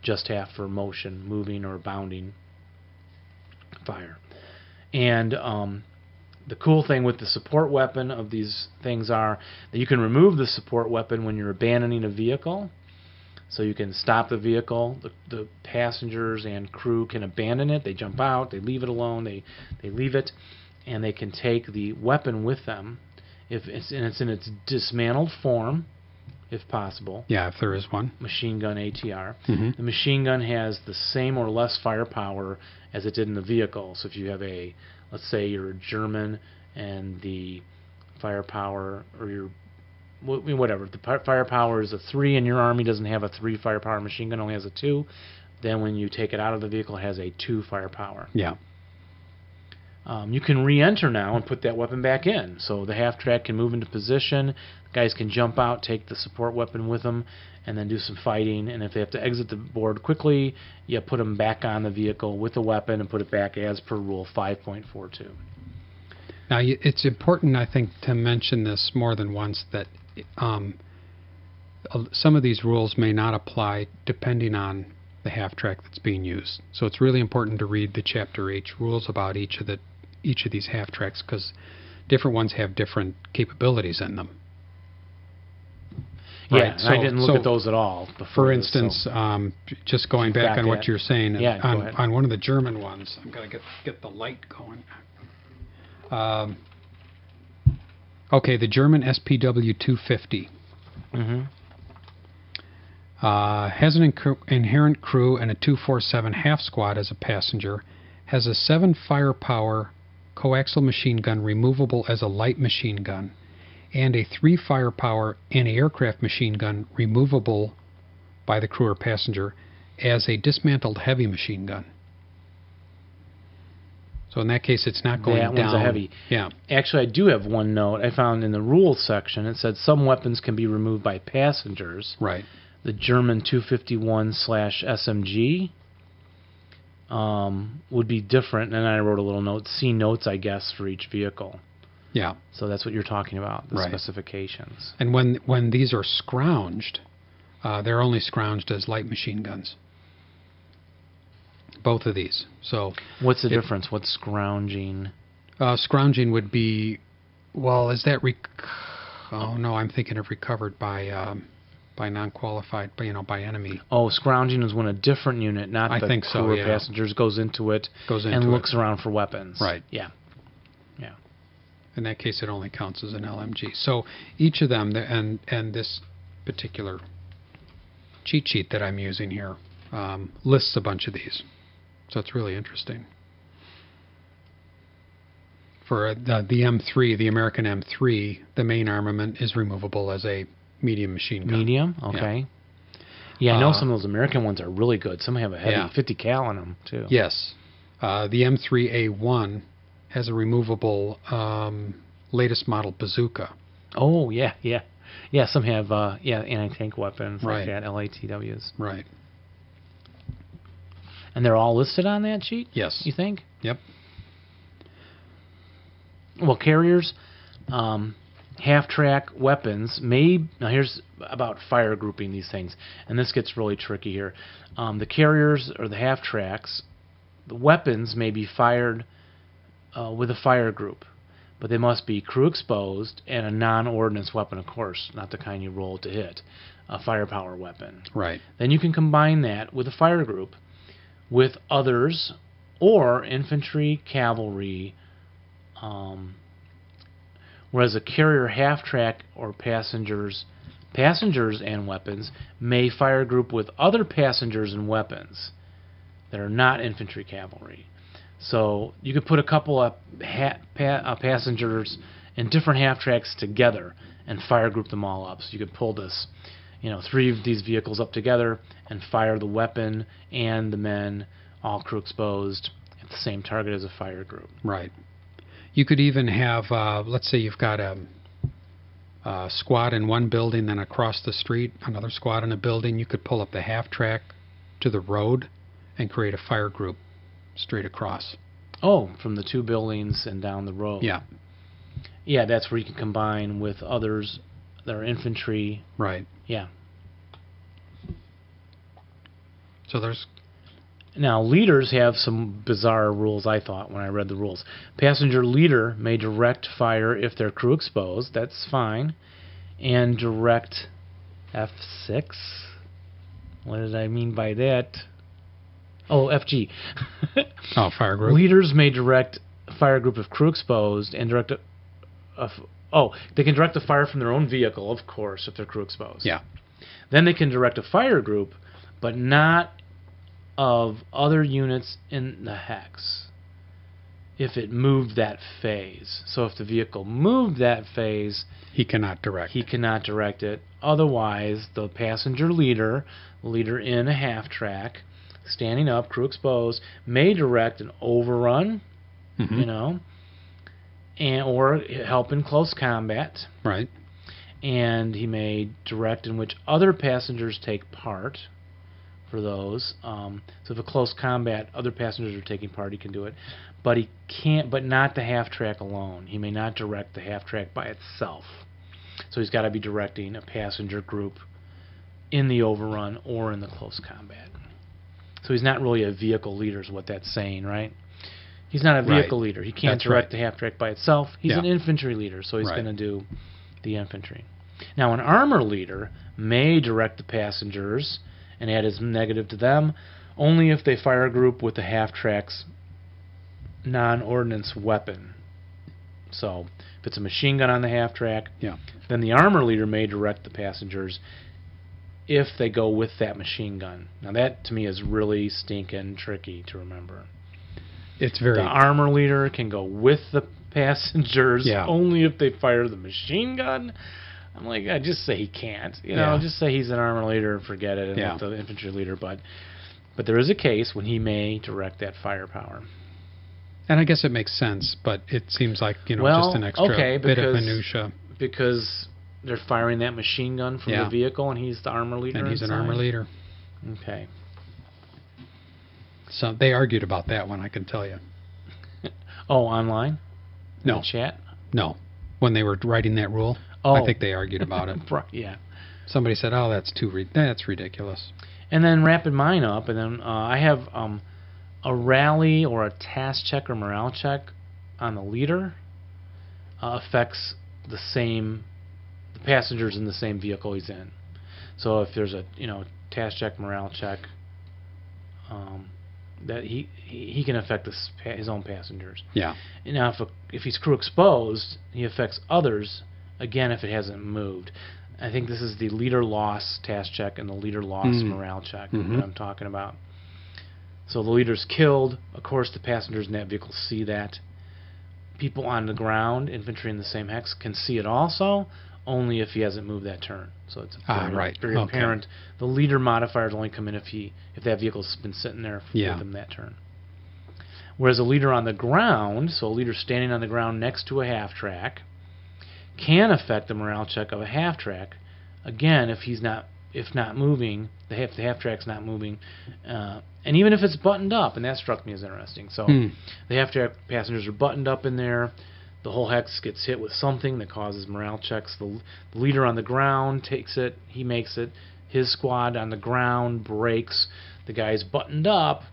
A: just half for motion, moving or bounding fire. And um, the cool thing with the support weapon of these things are that you can remove the support weapon when you're abandoning a vehicle. So you can stop the vehicle. The, the passengers and crew can abandon it. They jump out. They leave it alone. They they leave it, and they can take the weapon with them, if it's and it's in its dismantled form, if possible.
B: Yeah, if there is one.
A: Machine gun ATR.
B: Mm-hmm.
A: The machine gun has the same or less firepower as it did in the vehicle. So if you have a, let's say you're a German and the firepower or your wh- I mean, whatever the pi- firepower is a three and your army doesn't have a three firepower machine gun only has a two then when you take it out of the vehicle it has a two firepower
B: Yeah.
A: um, you can re-enter now and put that weapon back in. So the half track can move into position. Guys can jump out, take the support weapon with them, and then do some fighting. And if they have to exit the board quickly, you put them back on the vehicle with the weapon and put it back as per rule 5.42.
B: Now, you- it's important, I think, to mention this more than once that um, uh, some of these rules may not apply depending on the half track that's being used. So it's really important to read the chapter H rules about each of the each of these half tracks because different ones have different capabilities in them.
A: Yeah,
B: Right,
A: and I
B: so-
A: didn't look
B: so
A: at those at all.
B: For
A: Before this, so-
B: instance, um, j- just going back,
A: Back
B: on what
A: at-
B: you're saying,
A: yeah, go
B: on,
A: ahead.
B: on one of the German ones, I'm gonna get get the light going. Um, okay, the German SPW 250
A: Mhm.
B: uh, has an inc- inherent crew and a 247 half squad as a passenger. Has a seven firepower coaxial machine gun removable as a light machine gun, and a three firepower anti-aircraft machine gun removable by the crew or passenger as a dismantled heavy machine gun. So in that case, it's not going
A: That one's a
B: down.
A: heavy.
B: Yeah.
A: Actually, I do have one note I found in the rules section. It said some weapons can be removed by passengers.
B: Right.
A: the German 251 slash SMG um, would be different. And I wrote a little note, see notes, I guess, for each vehicle.
B: Yeah.
A: So that's what you're talking about, the
B: Right.
A: specifications.
B: And when when these are scrounged, uh, they're only scrounged as light machine guns. Both of these. So
A: What's the
B: It-
A: difference? What's scrounging?
B: uh, scrounging would be, well, is that rec- Oh no, I'm thinking of recovered by um, by non-qualified, by, you know, by enemy
A: Oh, scrounging is when a different unit, not
B: I
A: the
B: think
A: crew
B: so,
A: or
B: yeah.
A: passengers, goes into it
B: goes into
A: and
B: it.
A: looks around for weapons.
B: Right.
A: Yeah.
B: In that case, it only counts as an LMG. So each of them, the- and and this particular cheat sheet that I'm using here um, lists a bunch of these. So it's really interesting. For uh, the, the M3, the American M3, the main armament is removable as a medium machine gun.
A: Medium, okay. Yeah, I know
B: Uh,
A: some of those American ones are really good. Some have a heavy
B: Yeah.
A: 50 cal in them too.
B: Yes. Uh, the M3A1 has a removable um, latest model bazooka.
A: Oh yeah, yeah, yeah. Some have uh, yeah anti-tank weapons
B: Right.
A: like that, LATWs,
B: Right.
A: and they're all listed on that sheet.
B: Yes.
A: You think?
B: Yep.
A: Well, carriers, um, half-track weapons. May now here's about fire grouping these things, and this gets really tricky here. Um, the carriers or the half-tracks, the weapons may be fired uh, with a fire group, but they must be crew exposed and a non-ordnance weapon, of course, not the kind you roll to hit, a firepower weapon.
B: Right.
A: Then you can combine that with a fire group with others or infantry, cavalry. Um, whereas a carrier half track or passengers, passengers and weapons may fire group with other passengers and weapons that are not infantry cavalry. So you could put a couple of ha- pa- uh, passengers and different half tracks together and fire group them all up. So you could pull this, you know, three of these vehicles up together and fire the weapon and the men, all crew exposed, at the same target as a fire group.
B: Right. You could even have, uh, let's say you've got a, a squad in one building, then across the street, another squad in a building. You could pull up the half track to the road and create a fire group straight across.
A: Oh, from the two buildings and down the road.
B: Yeah.
A: Yeah, that's where you can combine with others that are infantry.
B: Right.
A: Yeah.
B: So there's,
A: Now, leaders have some bizarre rules, I thought, when I read the rules. Passenger leader may direct fire if their crew exposed. That's fine. And direct F6? What did I mean by that? Oh, FG.
B: oh, fire group.
A: Leaders may direct fire group of crew exposed and direct a, a f- oh, they can direct the fire from their own vehicle, of course, if they're crew exposed.
B: Yeah.
A: Then they can direct a fire group, but not of other units in the hex if it moved that phase. So if the vehicle moved that phase,
B: He cannot direct.
A: he cannot direct it. Otherwise, the passenger leader, leader in a half track, standing up, crew exposed, may direct an overrun,
B: Mhm.
A: you know, and or help in close combat,
B: Right.
A: and he may direct in which other passengers take part. For those, um, so if a close combat, other passengers are taking part, he can do it, but he can't, but not the half track alone. He may not direct the half track by itself. So he's got to be directing a passenger group in the overrun or in the close combat. So he's not really a vehicle leader, is what that's saying, right? He's not a
B: Right.
A: vehicle leader. He can't
B: That's
A: direct
B: right.
A: the half track by itself. He's
B: Yeah.
A: an infantry leader, so he's
B: Right.
A: going to do the infantry. Now, an armor leader may direct the passengers and add his negative to them only if they fire a group with the half track's non ordnance weapon. So, if it's a machine gun on the half track,
B: Yeah.
A: then the armor leader may direct the passengers if they go with that machine gun. Now, that to me is really stinking tricky to remember.
B: It's very.
A: The armor leader can go with the passengers
B: Yeah.
A: only if they fire the machine gun. I'm like, I just say he can't. You know,
B: Yeah.
A: just say he's an armor leader and forget it, and
B: Yeah.
A: let the infantry leader. But, but there is a case when he may direct that firepower.
B: and I guess it makes sense, but it seems like you know
A: Well,
B: just an extra
A: okay,
B: bit of
A: because-
B: minutia.
A: because they're firing that machine gun from
B: Yeah.
A: the vehicle, and he's the armor leader.
B: And he's an armor
A: inside?
B: leader.
A: Okay.
B: So they argued about that one. I can tell you.
A: Oh, online. In
B: No.
A: the chat.
B: No, when they were writing that rule,
A: Oh,
B: I think they argued about it.
A: Bro- yeah.
B: Somebody said, "Oh, that's too ri- that's ridiculous."
A: And then wrapping mine up, and then uh, I have um, a rally or a task check or morale check on the leader uh, affects the same the passengers in the same vehicle he's in. So if there's a you know task check, morale check, um, that he he he can affect his pa- his own passengers.
B: Yeah,
A: Now, if, a, if he's crew exposed, he affects others, again, if it hasn't moved. I think this is the leader loss task check and the leader loss
B: Mm.
A: morale check
B: Mhm.
A: that I'm talking about. So the leader's killed. Of course, the passengers in that vehicle see that. People on the ground, infantry in the same hex, can see it also, only if he hasn't moved that turn. So it's
B: Ah,
A: very,
B: right.
A: very
B: Okay.
A: apparent. The leader modifiers only come in if he if that vehicle's been sitting there for
B: Yeah.
A: them that turn. Whereas a leader on the ground, so a leader standing on the ground next to a half track, can affect the morale check of a half track. Again, if he's not if not moving, the half the half track's not moving, uh, and even if it's buttoned up, and that struck me as interesting. So
B: Hmm.
A: the half track passengers are buttoned up in there. The whole hex gets hit with something that causes morale checks. The, the leader on the ground takes it. He makes it. His squad on the ground breaks. The guys buttoned up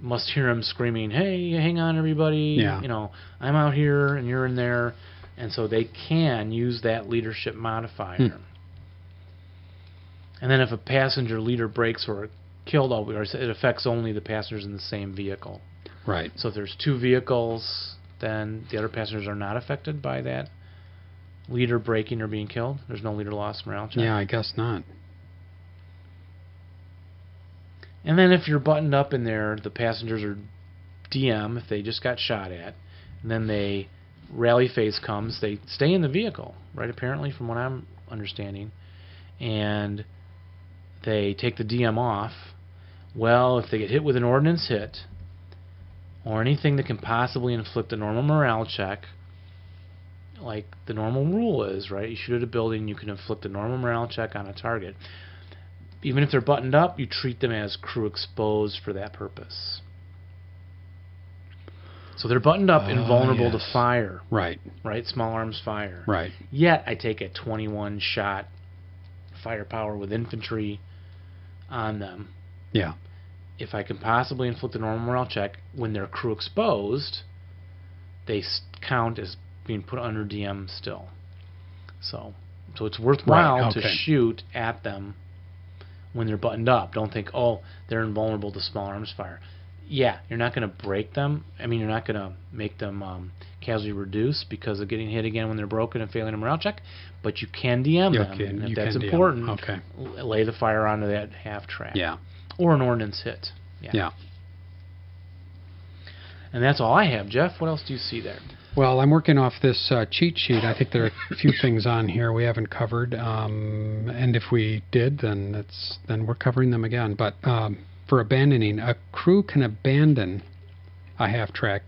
A: must hear him screaming, "Hey, hang on, everybody!
B: Yeah.
A: You know, I'm out here and you're in there." And so they can use that leadership modifier.
B: Hmm.
A: And then if a passenger leader breaks or killed, all it affects only the passengers in the same vehicle.
B: Right.
A: So if there's two vehicles, then the other passengers are not affected by that leader breaking or being killed. There's no leader loss morale check.
B: Yeah, I guess not.
A: And then if you're buttoned up in there, the passengers are DM if they just got shot at. And then they rally phase comes. They stay in the vehicle, right? Apparently, from what I'm understanding, and they take the DM off. Well, if they get hit with an ordnance hit or anything that can possibly inflict a normal morale check, like the normal rule is, right? You shoot at a building, you can inflict a normal morale check on a target even if they're buttoned up, you treat them as crew exposed for that purpose. So they're buttoned up and
B: Ah,
A: vulnerable
B: yes.
A: to fire,
B: Right.
A: right? Small arms fire.
B: Right.
A: Yet I take a 21 shot firepower with infantry on them.
B: Yeah.
A: If I can possibly inflict a normal morale check when they're crew exposed, they s- count as being put under DM still. So, so it's worthwhile to
B: okay.
A: shoot at them when they're buttoned up. Don't think, oh, they're invulnerable to small arms fire. Yeah, you're not going to break them. I mean, you're not going to make them um, casually reduce because of getting hit again when they're broken and failing a morale check. But you can DM
B: You
A: them,
B: can-
A: and if
B: you
A: that's
B: can DM.
A: important,
B: Okay.
A: l- lay the fire onto that half track
B: Yeah.
A: or an ordnance hit.
B: Yeah.
A: And that's all I have, Jeff. What else do you see there?
B: Well, I'm working off this uh, cheat sheet. I think there are a few things on here we haven't covered, um, and if we did, then that's then we're covering them again. But um, for abandoning, a crew can abandon a half track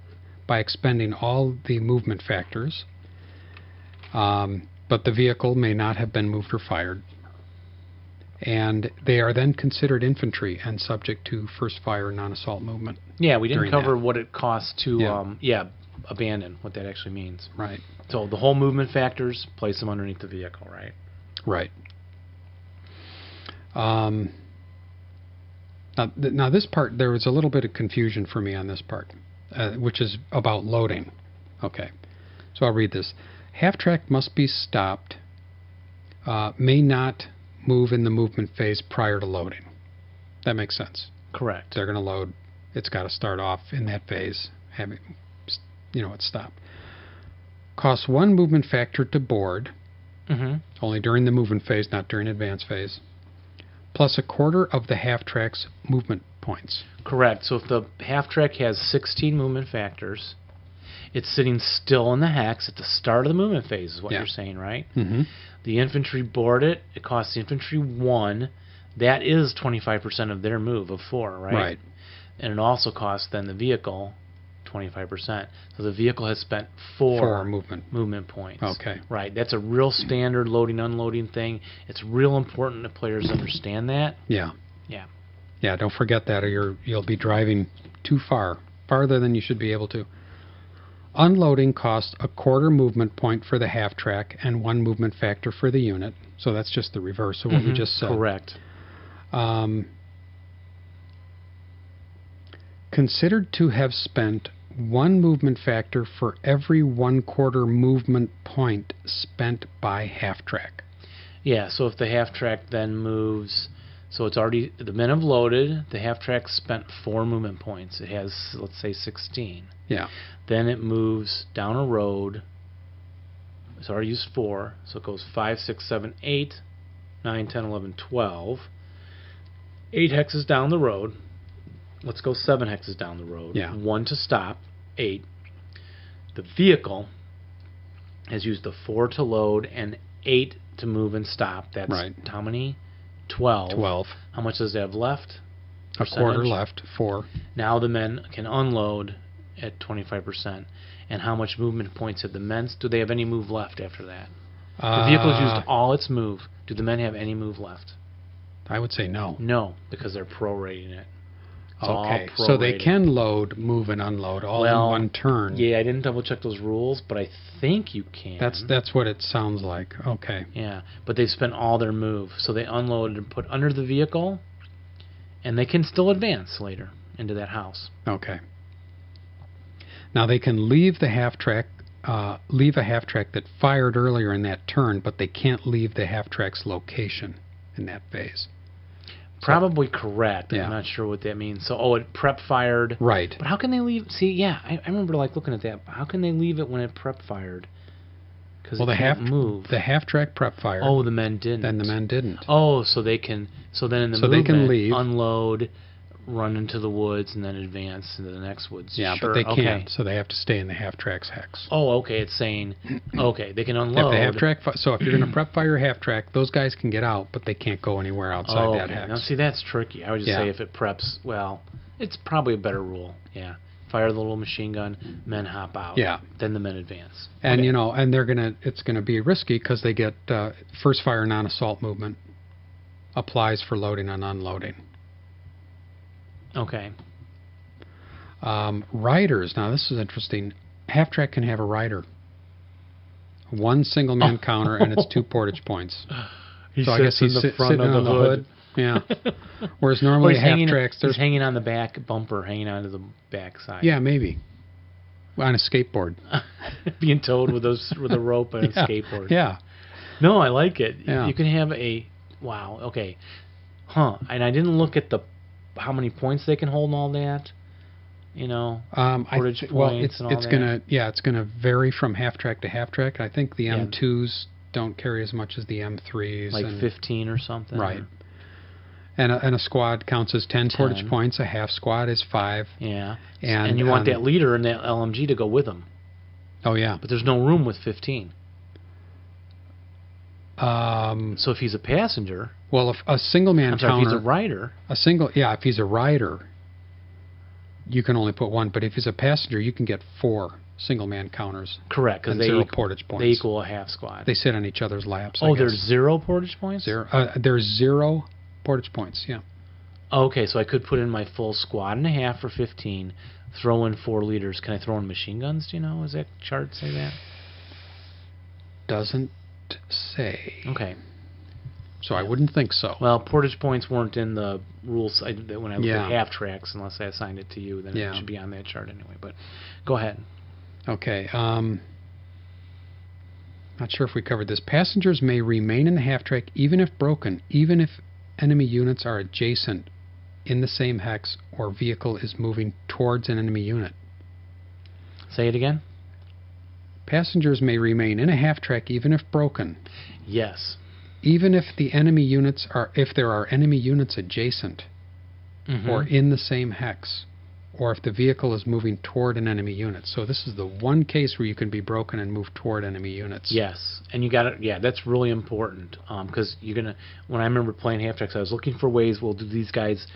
B: by expending all the movement factors, um, but the vehicle may not have been moved or fired, and they are then considered infantry and subject to first fire non-assault movement.
A: Yeah, we didn't
B: During
A: cover what it costs to
B: Yeah.
A: um yeah, abandon, what that actually means.
B: Right.
A: So the whole movement factors, place them underneath the vehicle, right?
B: Right. Um, now, th- now, this part, there was a little bit of confusion for me on this part, uh, which is about loading. Okay. So I'll read this. Half track must be stopped, uh, may not move in the movement phase prior to loading. That makes sense.
A: Correct.
B: They're going to load. It's got to start off in that phase, have it, you know, it's stopped. Costs one movement factor to board
A: Mm-hmm.
B: only during the movement phase, not during advance phase, plus a quarter of the half track's movement points.
A: Correct. So if the half track has 16 movement factors, it's sitting still in the hex at the start of the movement phase, is what
B: Yeah.
A: you're saying, right?
B: Mm-hmm.
A: The infantry board it. It costs the infantry one. That is 25% of their move of four, right?
B: Right.
A: And it also costs then the vehicle 25%. So the vehicle has spent four,
B: For movement.
A: movement points.
B: Okay.
A: Right. That's a real standard loading unloading thing. It's real important that players understand that.
B: Yeah.
A: Yeah.
B: Yeah. Don't forget that, or you're you'll be driving too far, farther than you should be able to. Unloading costs a quarter movement point for the half track and one movement factor for the unit. So that's just the reverse of what we
A: Mhm.
B: just said.
A: Correct.
B: Um, considered to have spent one movement factor for every one quarter movement point spent by half track.
A: Yeah, so if the half track then moves so it's already the men have loaded, the half track spent four movement points. It has let's say sixteen.
B: Yeah.
A: Then it moves down a road So I already used four. So it goes five, six, seven, eight, nine, ten, eleven, twelve. Eight hexes down the road. Let's go seven hexes down the road.
B: Yeah.
A: One to stop. Eight. The vehicle has used the four to load and eight to move and stop. That's
B: Right.
A: how many? Twelve.
B: 12.
A: How much does it have left?
B: A quarter
A: Oh. Percentage?
B: left, 4.
A: Now the men can unload at 25%. And how much movement points have the men? Do they have any move left after that?
B: Uh,
A: The vehicle's used all its move. Do the men have any move left?
B: I would say no.
A: No, because they're prorating it. It's all
B: Okay, so they
A: prorated.
B: can load, move, and unload all
A: Well,
B: in one turn.
A: Yeah, I didn't double check those rules, but I think you can.
B: That's that's what it sounds like. Okay,
A: Yeah, but they spent all their move, so they unloaded and put under the vehicle, and they can still advance later into that house.
B: okay. Now they can leave the half track, uh, leave a half track that fired earlier in that turn, but they can't leave the half track's location in that phase.
A: Probably correct.
B: Yeah.
A: I'm not sure what that means. So, oh, it prep fired.
B: Right.
A: But how can they leave? See, yeah, I, I remember like looking at that. How can they leave it when it prep fired? Because
B: Well,
A: it
B: the half
A: can't move.
B: the half track prep fired.
A: oh, the men didn't.
B: then the men didn't.
A: Oh, so they can. So then in the
B: So they can
A: movement,
B: leave.
A: unload, run into the woods, and then advance into the next woods.
B: yeah,
A: Sure,
B: but they
A: okay.
B: can't, so they have to stay in the half track's hex.
A: Oh, okay. It's saying, okay, they can unload.
B: If the half track, fi- so if you're going to prep fire half track, those guys can get out, but they can't go anywhere outside
A: oh,
B: that
A: okay.
B: hex.
A: Now see, that's tricky. I would just
B: Yeah.
A: say if it preps, well, it's probably a better rule. Yeah, fire the little machine gun, men hop out.
B: Yeah.
A: Then the men advance.
B: and you know, and they're gonna, it's gonna be risky because they get uh, first fire non-assault movement applies for loading and unloading.
A: Okay.
B: Um, riders, now this is interesting. Half track can have a rider, one single man counter, and it's two portage points.
A: He
B: So I guess he's sit- sitting on the hood. Yeah. Whereas
A: Or
B: normally
A: he's,
B: half
A: hanging,
B: tracks,
A: he's
B: there's
A: hanging on the back bumper, hanging onto the back side.
B: yeah maybe on a skateboard.
A: being towed with those with a rope and
B: Yeah.
A: a skateboard.
B: Yeah.
A: No, I like it.
B: Yeah.
A: You can have a wow. Okay, huh? And I didn't look at the how many points they can hold and all that. You know,
B: Um, I
A: Portage
B: th- well,
A: points
B: it's
A: and all
B: it's
A: that.
B: gonna yeah, it's gonna vary from half track to half track. I think the
A: Yeah.
B: M2s don't carry as much as the M3s.
A: like
B: and,
A: fifteen or something.
B: Right. And a, and a squad counts as 10, portage
A: 10.
B: points. A half squad is five.
A: Yeah.
B: And,
A: And, you want
B: um,
A: that leader and that LMG to go with them,
B: Oh yeah.
A: but there's no room with fifteen.
B: Um,
A: So if he's a passenger,
B: well, if a single man
A: I'm sorry, if
B: counter,
A: he's a rider,
B: a single yeah, if he's a rider, you can only put one. But if he's a passenger, you can get four single man counters
A: correct? Because
B: and
A: they
B: zero
A: equal,
B: portage points.
A: they equal a half squad.
B: They sit on each other's laps. I
A: oh,
B: guess.
A: there's zero portage points.
B: zero. Uh, there's zero portage points. Yeah.
A: Okay, so I could put in my full squad and a half for 15, throw in four leaders. Can I throw in machine guns? Do you know? Is that chart say that?
B: doesn't say.
A: Okay.
B: So I wouldn't think so.
A: Well, portage points weren't in the rules I, that when I looked
B: Yeah.
A: at half tracks, unless I assigned it to you, then
B: Yeah.
A: it should be on that chart anyway. But go ahead.
B: Okay. Um, not sure if we covered this. Passengers may remain in the half track even if broken, even if enemy units are adjacent in the same hex or vehicle is moving towards an enemy unit.
A: Say it again.
B: Passengers may remain in a half track even if broken,
A: Yes.
B: even if the enemy units are if there are enemy units adjacent
A: Mhm.
B: or in the same hex, or if the vehicle is moving toward an enemy unit. So this is the one case where you can be broken and move toward enemy units.
A: Yes, and you got to Yeah, that's really important because you're gonna. When I remember playing half tracks, I was looking for ways. Well, do these guys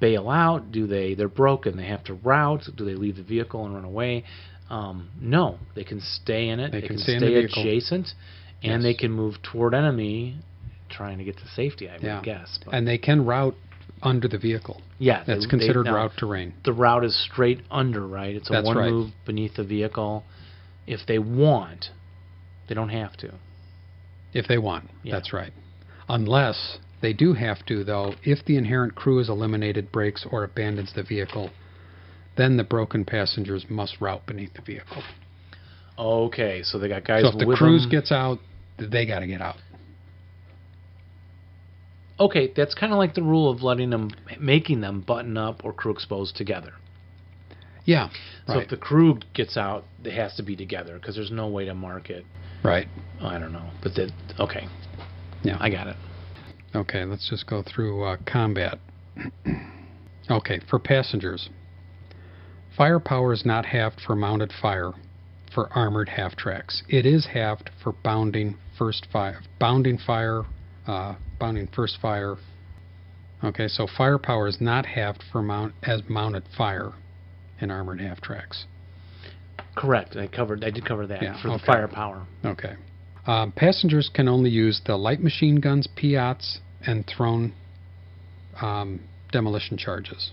A: bail out? Do they? They're broken. They have to route. Do they leave the vehicle and run away? Um, no, they can stay in it.
B: They
A: They,
B: can
A: can,
B: stay
A: stay,
B: in the vehicle.
A: adjacent, and they
B: Yes.
A: can move toward enemy, trying to get to safety. I would
B: Yeah.
A: guess. But
B: And they can route under the vehicle.
A: yeah, they-
B: That's
A: they-
B: considered
A: now,
B: route terrain.
A: The route is straight under, right? It's a
B: That's
A: one
B: right.
A: move beneath the vehicle. If they want, they don't have to.
B: If they want.
A: Yeah.
B: That's right. Unless they do have to, though, if the inherent crew is eliminated, breaks, or abandons the vehicle, then the broken passengers must route beneath the vehicle.
A: Okay, so they got guys
B: So if the
A: with
B: cruise
A: them.
B: gets out, they got to get out.
A: okay, that's kind of like the rule of letting them, making them button up or crew exposed together.
B: Yeah.
A: So
B: right.
A: if the crew gets out, it has to be together because there's no way to mark it
B: Right.
A: I don't know, but that okay.
B: Yeah.
A: I got it.
B: Okay, let's just go through uh, combat. okay, for passengers. Firepower is not halved for mounted fire for armored half tracks. It is halved for bounding first fire, bounding fire, uh, bounding first fire. Okay, so firepower is not halved for mount as mounted fire in armored half tracks.
A: Correct. I covered. I did cover that
B: Yeah,
A: for the
B: okay.
A: firepower.
B: Okay. Um, passengers can only use the light machine guns, piats, and thrown um, demolition charges.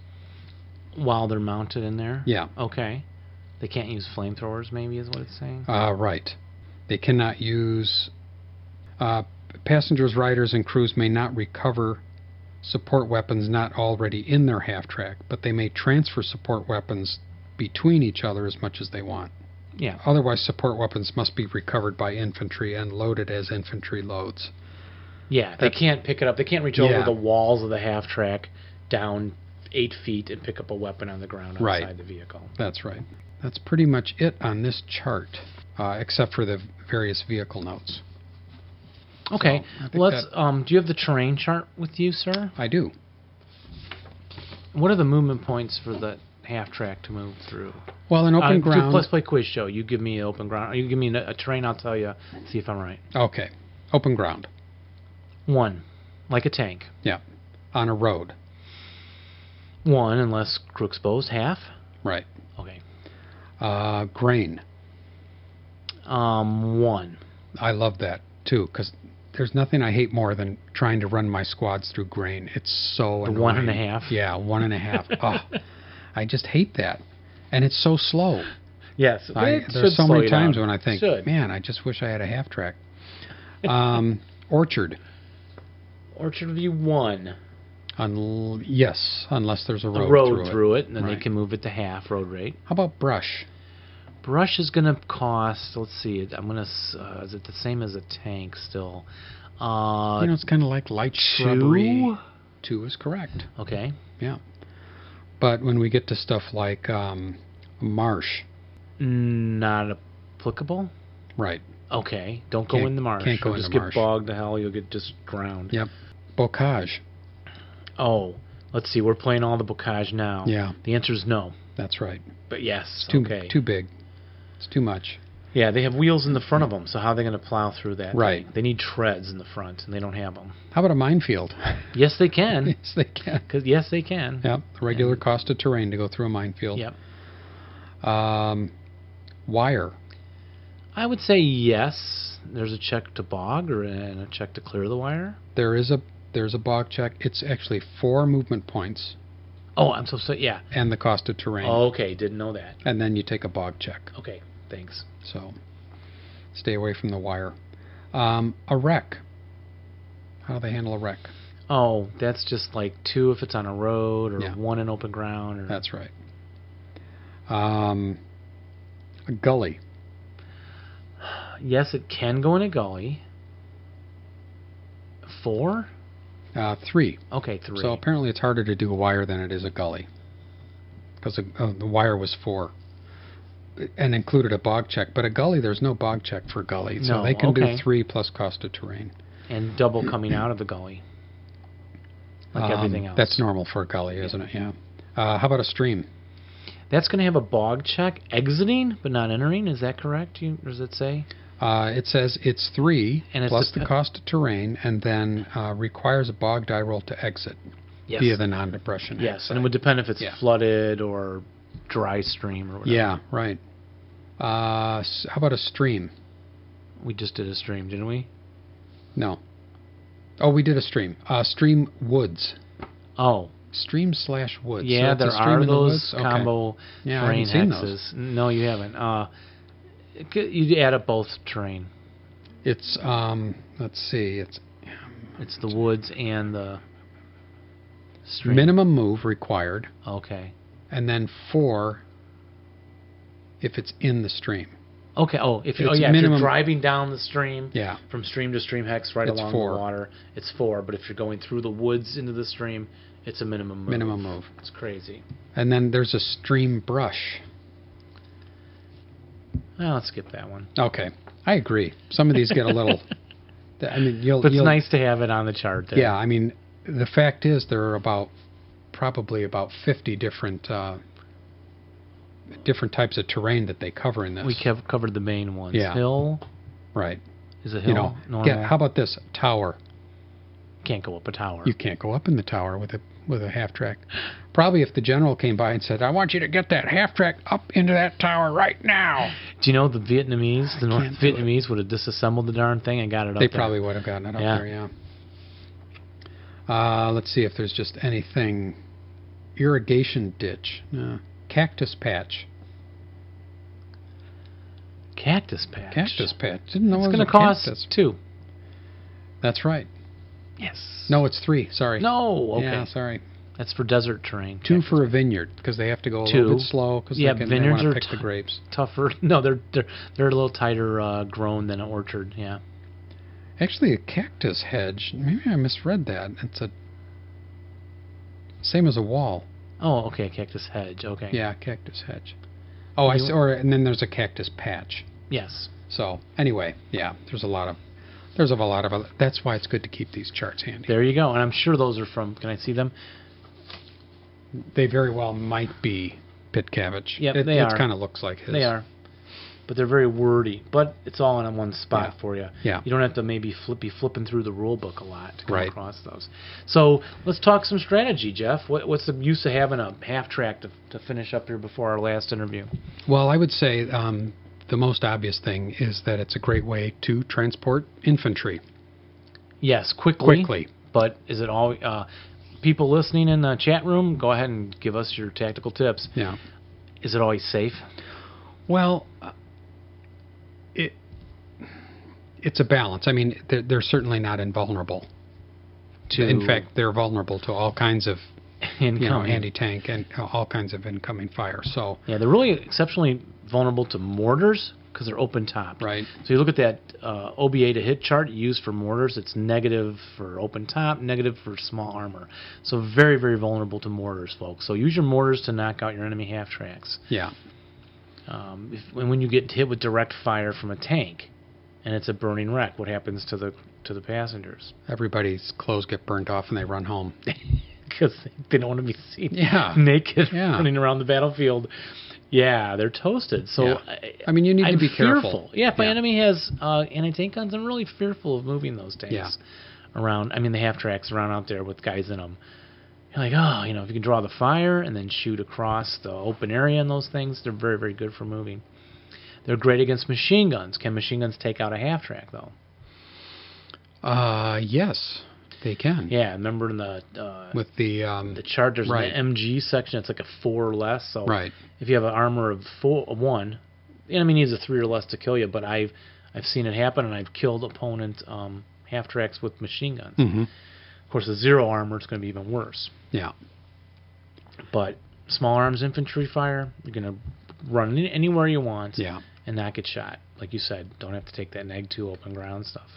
A: while they're mounted in there.
B: Yeah.
A: Okay. They can't use flamethrowers, maybe is what it's saying.
B: Uh, right. They cannot use. Uh, passengers, riders, and crews may not recover support weapons not already in their half track, but they may transfer support weapons between each other as much as they want.
A: Yeah.
B: Otherwise, support weapons must be recovered by infantry and loaded as infantry loads.
A: Yeah, they
B: That's-
A: can't pick it up. They can't reach
B: Yeah.
A: over the walls of the half track down eight feet and pick up a weapon on the ground outside
B: Right.
A: the vehicle.
B: That's right. That's pretty much it on this chart, uh, except for the various vehicle notes.
A: Okay.
B: I think
A: Let's. Um, do you have the terrain chart with you, sir?
B: I do.
A: What are the movement points for the half track to move through?
B: Well, an open
A: Uh, do
B: ground.
A: Let's play quiz show. You give me an open ground. Or you give me a, a terrain. I'll tell you. See if I'm right.
B: Okay. Open ground
A: One, like a tank.
B: on a road.
A: One, unless Crooksposed half.
B: Right.
A: Okay.
B: Uh, grain.
A: Um, one.
B: I love that too, because there's nothing I hate more than trying to run my squads through grain. It's so
A: The
B: annoying.
A: one and a half.
B: Yeah, one and a half. oh, I just hate that. And it's so slow.
A: Yes,
B: I,
A: it should
B: there's so
A: slow
B: many
A: you down.
B: times when I think,
A: Should.
B: man, I just wish I had a half track. Um, orchard.
A: Orchard View one
B: Unl- yes, unless there's a
A: road,
B: road,
A: road through,
B: it.
A: it, and then
B: Right.
A: they can move it to half road rate.
B: How about brush?
A: Brush is going to cost. Let's see. it- I'm going to. Uh, is it the same as a tank still? Uh,
B: you know, it's kind of like light
A: two.
B: shrubbery. Two is correct.
A: Okay.
B: But when we get to stuff like um, marsh,
A: Not applicable.
B: right?
A: Okay. Don't go
B: Can't-
A: in the marsh.
B: can't go
A: You'll
B: in
A: just
B: the
A: get
B: marsh.
A: bogged to hell. You'll get just drowned.
B: Yeah. Bocage.
A: Oh, let's see. We're playing all the bocage now.
B: Yeah,
A: The answer is no.
B: that's right.
A: But yes.
B: It's too
A: okay.
B: too big. It's too much.
A: Yeah, they have wheels in the front of them, so how are they going to plow through that?
B: Right.
A: They need treads in the front, and they don't have them.
B: How about a minefield?
A: Yes, they can.
B: yes, they can.
A: 'Cause- yes, they can.
B: Yeah, the regular cost of terrain to go through a minefield.
A: Yep.
B: Um, wire.
A: I would say yes. There's a check to bog or and a check to clear the wire.
B: There is a there's a bog check. It's actually four movement points
A: Oh, I'm so sorry. Yeah.
B: and the cost of terrain.
A: Oh, okay. Didn't know that.
B: and then you take a bog check.
A: Okay. Thanks.
B: So stay away from the wire. Um, a wreck. How do they handle a wreck?
A: Oh, that's just like two if it's on a road, or
B: Yeah.
A: one in open ground, or
B: That's right. Um, a gully.
A: yes, it can go in a gully. Four.
B: Uh, three.
A: Okay, three.
B: So apparently it's harder to do a wire than it is a gully. Because uh, the wire was four and included a bog check. But a gully, there's no bog check for gully. So
A: No,
B: they can
A: okay.
B: do three plus cost of terrain.
A: and double coming out of the gully, like
B: Um,
A: everything else.
B: That's normal for a gully, isn't it? Yeah. Uh, how about a stream?
A: That's going to have a bog check exiting, but not entering. Is that correct? You, does it say?
B: Uh, it says it's three
A: And it's
B: plus
A: the-
B: the cost of terrain, and then uh, requires a bog die roll to exit
A: Yes.
B: via the non-depression.
A: yes, and
B: exit.
A: it would depend if it's
B: Yeah.
A: flooded or dry stream or whatever.
B: yeah, right. Uh, s- how about a stream?
A: We just did a stream, didn't we?
B: No. Oh, we did a stream. Uh, stream woods.
A: Oh,
B: Stream slash woods. So
A: yeah,
B: it's a
A: there
B: stream
A: are
B: in the
A: those
B: woods? Okay.
A: combo
B: Yeah, I
A: terrain
B: haven't seen
A: hexes.
B: those.
A: No, you haven't. Uh, it could- you add up both terrain.
B: It's um, let's see, it's
A: It's the woods and the stream.
B: minimum move required,
A: Okay.
B: and then four if it's in the stream.
A: Okay. Oh, if you, oh
B: It's
A: yeah, if you're
B: minimum-
A: driving down the stream,
B: Yeah,
A: from stream to stream hex right
B: It's
A: along
B: four.
A: the water. It's four, but if you're going through the woods into the stream, it's a minimum move.
B: minimum move.
A: It's crazy.
B: And then there's a stream brush.
A: Oh, let's skip that one.
B: Okay, I agree. Some of these get a little. I mean, you'll.
A: But it's
B: you'll-
A: nice to have it on the chart there.
B: Yeah, I mean, the fact is there are about probably about 50 different uh, different types of terrain that they cover in this.
A: We kev- covered the main ones.
B: Yeah.
A: Hill
B: right.
A: is a hill.
B: You know,
A: normal.
B: yeah. How about this tower?
A: Can't go up a tower.
B: You can't go up in the tower with a with a half track. Probably if the general came by and said, "I want you to get that half track up into that tower right now,"
A: do you know the Vietnamese, the North
B: can't do it.
A: Vietnamese would have disassembled the darn thing and got it up
B: they
A: there.
B: probably would have gotten it up
A: Yeah.
B: there. Yeah. Uh, let's see if there's just anything. Irrigation ditch, no. cactus patch.
A: Cactus patch.
B: Cactus patch. Didn't know
A: It's
B: it was
A: going
B: a
A: to cost
B: cactus.
A: two.
B: That's right.
A: Yes.
B: No, it's three. Sorry.
A: No. Okay.
B: Yeah, sorry.
A: That's for desert terrain.
B: Two
A: Cactus
B: for a vineyard because they have to go a
A: Two.
B: little bit slow because
A: Yeah,
B: they, can- they
A: vineyards
B: want to
A: are
B: pick
A: ti-
B: the grapes.
A: tougher. No, they're they're they're a little tighter uh, grown than an orchard. Yeah.
B: Actually, a cactus hedge. Maybe I misread that. It's a same as a wall.
A: Oh, okay. Cactus hedge. Okay.
B: Yeah, cactus hedge. Oh, I
A: You-
B: see. Or and then there's a cactus patch.
A: Yes.
B: So anyway, yeah, there's a lot of there's a lot of. That's why it's good to keep these charts handy.
A: There you go. And I'm sure those are from. Can I see them?
B: They very well might be Pitcavage.
A: Yep,
B: it,
A: they
B: it
A: are.
B: kind of looks like his.
A: They are. But they're very wordy. But it's all in one spot
B: Yeah.
A: for you.
B: Yeah.
A: You don't have to maybe flip, be flipping through the rule book a lot to come
B: Right.
A: across those. So let's talk some strategy, Jeff. What, what's the use of having a half track to, to finish up here before our last interview?
B: Well, I would say um, the most obvious thing is that it's a great way to transport infantry
A: Yes, quickly.
B: quickly.
A: But is it all. Uh, people listening in the chat room, go ahead and give us your tactical tips.
B: Yeah.
A: Is it always safe?
B: Well, uh, it it's a balance. I mean, they're, they're certainly not invulnerable.
A: To
B: In fact, they're vulnerable to all kinds of you know
A: incoming?
B: anti tank and all kinds of incoming fire. So
A: Yeah, they're really exceptionally vulnerable to mortars because they're open topped.
B: right.
A: So you look at that uh, OBA to hit chart used for mortars. It's negative for open top, negative for small armor. So very, very vulnerable to mortars, folks. So use your mortars to knock out your enemy half tracks.
B: Yeah.
A: Um, if, and when you get hit with direct fire from a tank, and it's a burning wreck, what happens to the to the passengers?
B: Everybody's clothes get burnt off and they run home.
A: Because they don't want to be seen
B: Yeah.
A: naked
B: Yeah.
A: running around the battlefield. Yeah, they're toasted. So
B: Yeah.
A: I,
B: I mean, you need
A: I'm
B: to be
A: fearful.
B: careful.
A: Yeah, if my
B: Yeah.
A: enemy has uh, anti-tank guns, I'm really fearful of moving those tanks
B: Yeah.
A: around. I mean, the half tracks around out there with guys in them. You're like, oh, you know, if you can draw the fire and then shoot across the open area and those things, they're very, very good for moving. They're great against machine guns. Can machine guns take out a half track though?
B: Uh, yes, they can.
A: Yeah, remember in the uh,
B: With the um,
A: the chart, there's
B: Right.
A: an MG section. It's like a four or less. So
B: right.
A: if you have an armor of four, one, the enemy needs a three or less to kill you. But I've I've seen it happen, and I've killed opponent um, half tracks with machine guns.
B: hmm
A: Of course, the zero armor is going to be even worse.
B: Yeah.
A: But small arms infantry fire, you're going to run any- anywhere you want
B: Yeah.
A: and not get shot. Like you said, don't have to take that neg two open ground stuff.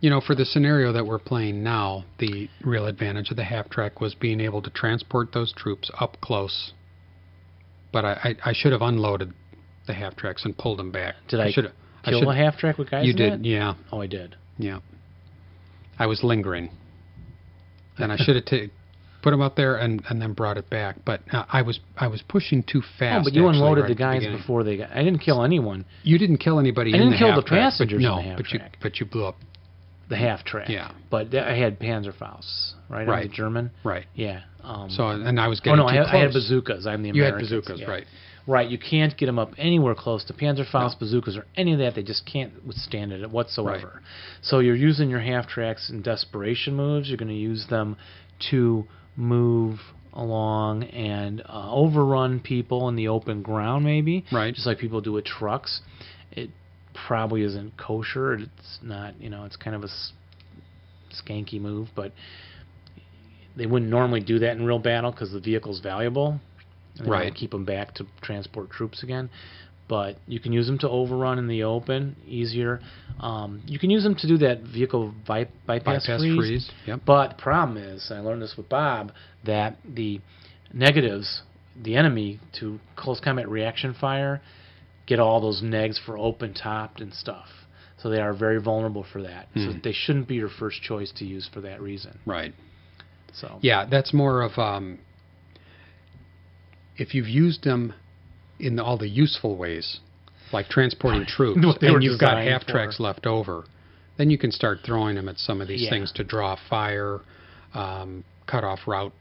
B: You know, for the scenario that we're playing now, the real advantage of the half track was being able to transport those troops up close. But I, I, I should have unloaded the half tracks and pulled them back.
A: Did I
B: should have I
A: Kill
B: should-
A: a half track with guys.
B: You
A: in
B: did,
A: that?
B: yeah,
A: Oh, I did.
B: yeah. I was lingering, and I should have ta put them up there and, and then brought it back. But uh, I was I was pushing too fast.
A: Oh, but you
B: actually,
A: unloaded
B: right
A: the
B: at
A: guys
B: beginning.
A: before they got. I didn't kill anyone.
B: You didn't kill anybody.
A: I
B: in
A: didn't
B: the
A: kill the
B: half track, but-
A: passengers in
B: no,
A: the half
B: but you
A: track.
B: but you blew up.
A: The half track.
B: Yeah.
A: But th- I had Panzerfaust, right? I'm
B: Right.
A: the German.
B: Right.
A: Yeah. Um,
B: So and I was
A: Oh
B: getting
A: no, I
B: too
A: had, I had
B: close.
A: bazookas. I'm the American.
B: You had bazookas, right?
A: Right. You can't get them up anywhere close to Panzerfaust bazookas or any of that. They just can't withstand it whatsoever. So you're using your half tracks in desperation moves. You're going to use them to move along and uh, overrun people in the open ground, maybe.
B: Right.
A: Just like people do with trucks. It probably isn't kosher. It's not. You know, it's kind of a s- skanky move, but they wouldn't normally do that in real battle because the vehicle's valuable. And they wanna
B: Right.
A: Keep them back to transport troops again. But you can use them to overrun in the open, easier. Um, you can use them to do that vehicle by- bypass,
B: bypass
A: freeze.
B: freeze. Yep.
A: But the problem is, I learned this with Bob, that the negatives, the enemy to close combat reaction fire, get all those negs for open topped and stuff. So they are very vulnerable for that.
B: Hmm.
A: So they shouldn't be your first choice to use for that reason.
B: Right.
A: So
B: Yeah, that's more of um, if you've used them in all the useful ways, like transporting troops,
A: What they were
B: and you've got
A: designed
B: half tracks
A: for.
B: left over, then you can start throwing them at some of these
A: Yeah.
B: things to draw fire, um, cut off route,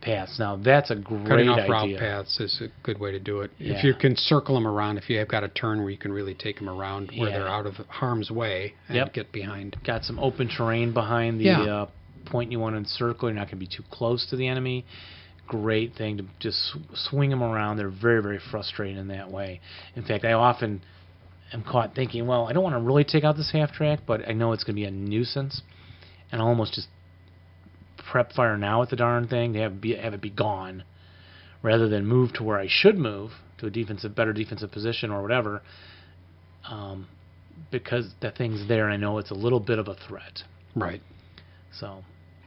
A: paths. Now that's a great
B: cutting off route
A: idea.
B: paths is a good way to do it.
A: Yeah.
B: If you can circle them around, if you have got a turn where you can really take them around where
A: Yeah.
B: they're out of harm's way and
A: Yep.
B: get behind.
A: Got some open terrain behind the
B: Yeah.
A: uh, point you want to encircle. You're not going to be too close to the enemy. Great thing to just sw- swing them around. They're very very frustrating in that way. In fact, I often am caught thinking, well, I don't want to really take out this half track, but I know it's going to be a nuisance, and I'll almost just prep fire now at the darn thing to have be, have it be gone, rather than move to where I should move to a defensive better defensive position or whatever. Um, because the thing's there and I know it's a little bit of a threat.
B: Right.
A: So,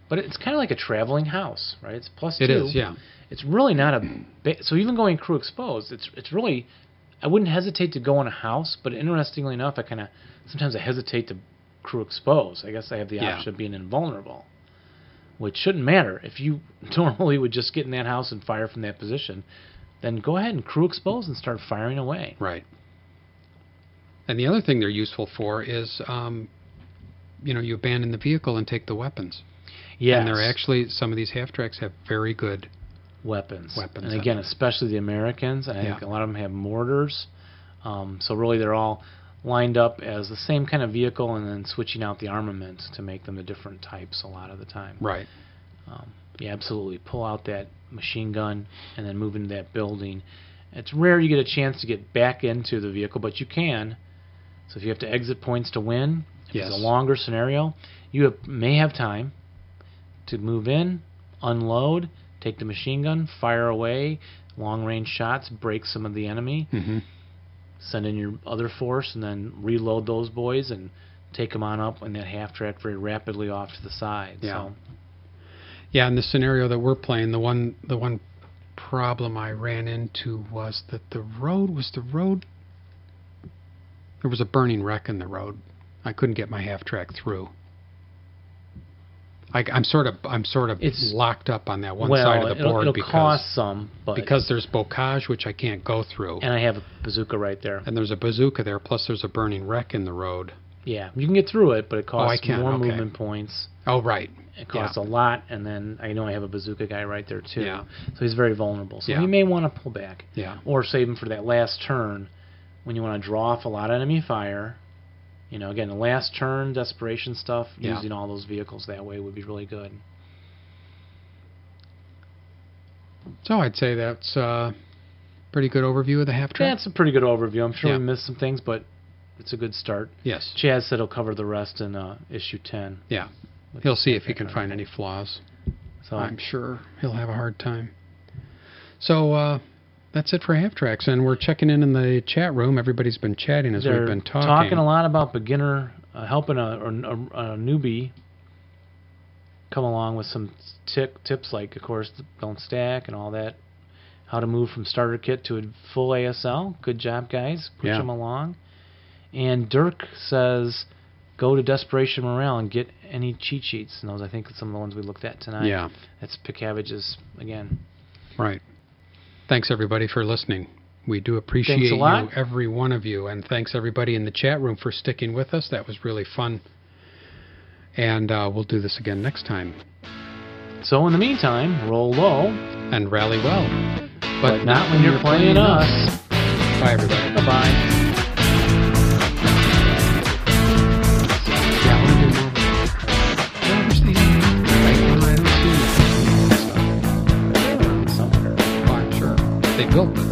A: but it's kind of like a traveling house, right? It's plus
B: It
A: two.
B: is, yeah.
A: It's really not a ba- so even going crew exposed, it's it's really I wouldn't hesitate to go in a house, but interestingly enough, I kind of sometimes I hesitate to crew expose. I guess I have the
B: Yeah.
A: option of being invulnerable, which shouldn't matter. If you normally would just get in that house and fire from that position, then go ahead and crew expose and start firing away.
B: Right. And the other thing they're useful for is, um, you know, you abandon the vehicle and take the weapons.
A: Yeah,
B: And they're actually some of these half tracks have very good.
A: weapons.
B: Weapons,
A: And
B: I
A: again, especially the Americans. I think a
B: Yeah.
A: lot of them have mortars. Um, so really, they're all lined up as the same kind of vehicle, and then switching out the armament to make them the different types a lot of the time.
B: Right.
A: Um, yeah, absolutely. Pull out that machine gun and then move into that building. It's rare you get a chance to get back into the vehicle, but you can. So if you have to exit points to win, if it's
B: Yes.
A: a longer scenario, you have, may have time to move in, unload, take the machine gun, fire away, long range shots, break some of the enemy,
B: Mm-hmm.
A: send in your other force, and then reload those boys and take them on up in that half track very rapidly off to the side.
B: Yeah.
A: So,
B: Yeah, in the scenario that we're playing, the one the one problem I ran into was that the road was the road. There was a burning wreck in the road. I couldn't get my half track through. I, am sort of I'm sort of
A: It's-
B: locked up on that one
A: well,
B: side of the
A: it'll,
B: board
A: it'll
B: because
A: cost some, but
B: because there's bocage which I can't go through,
A: and I have a bazooka right there.
B: and there's a bazooka there. Plus there's a burning wreck in the road.
A: Yeah, you can get through it, but it
B: Oh, I
A: costs
B: can,
A: more
B: okay.
A: movement points.
B: Oh right,
A: It costs a lot, and then I know I have a bazooka guy right there too.
B: Yeah.
A: So he's very vulnerable. So
B: Yeah.
A: you may want to pull back
B: yeah,
A: or save him for that last turn when you want to draw off a lot of enemy fire. You know, again, the last turn desperation stuff
B: Yeah.
A: using all those vehicles that way would be really good.
B: So I'd say that's a pretty good overview of the half track.
A: That's a pretty good overview. I'm sure
B: Yeah.
A: we missed some things, but it's a good start.
B: yes.
A: Chaz said he'll cover the rest in uh, issue 10.
B: Yeah. He'll see if he can find any flaws.
A: So
B: I'm sure he'll have a hard time. So uh, that's it for half tracks, and we're checking in in the chat room. Everybody's been chatting as
A: they're
B: we've been talking.
A: a lot about beginner uh, helping a, or n- a, a newbie come along with some tip, tips like of course don't stack and all that how to move from starter kit to a full asl good job guys push
B: Yeah.
A: them along and dirk says go to desperation morale and get any cheat sheets and those i think some of the ones we looked at tonight
B: Yeah.
A: that's picavage's again
B: Right. Thanks everybody for listening. We do appreciate
A: Thanks a lot.
B: you, every one of you, and thanks everybody in the chat room for sticking with us. That was really fun, and uh, we'll do this again next time.
A: so in the meantime roll low
B: And rally well,
A: but, not when you're playing us
B: Bye everybody.
A: bye bye
B: Yeah, I wanna do more. Yeah, I wish they had more. Like, I haven't seen it. So,
A: somewhere.
B: oh, I'm sure. They built it.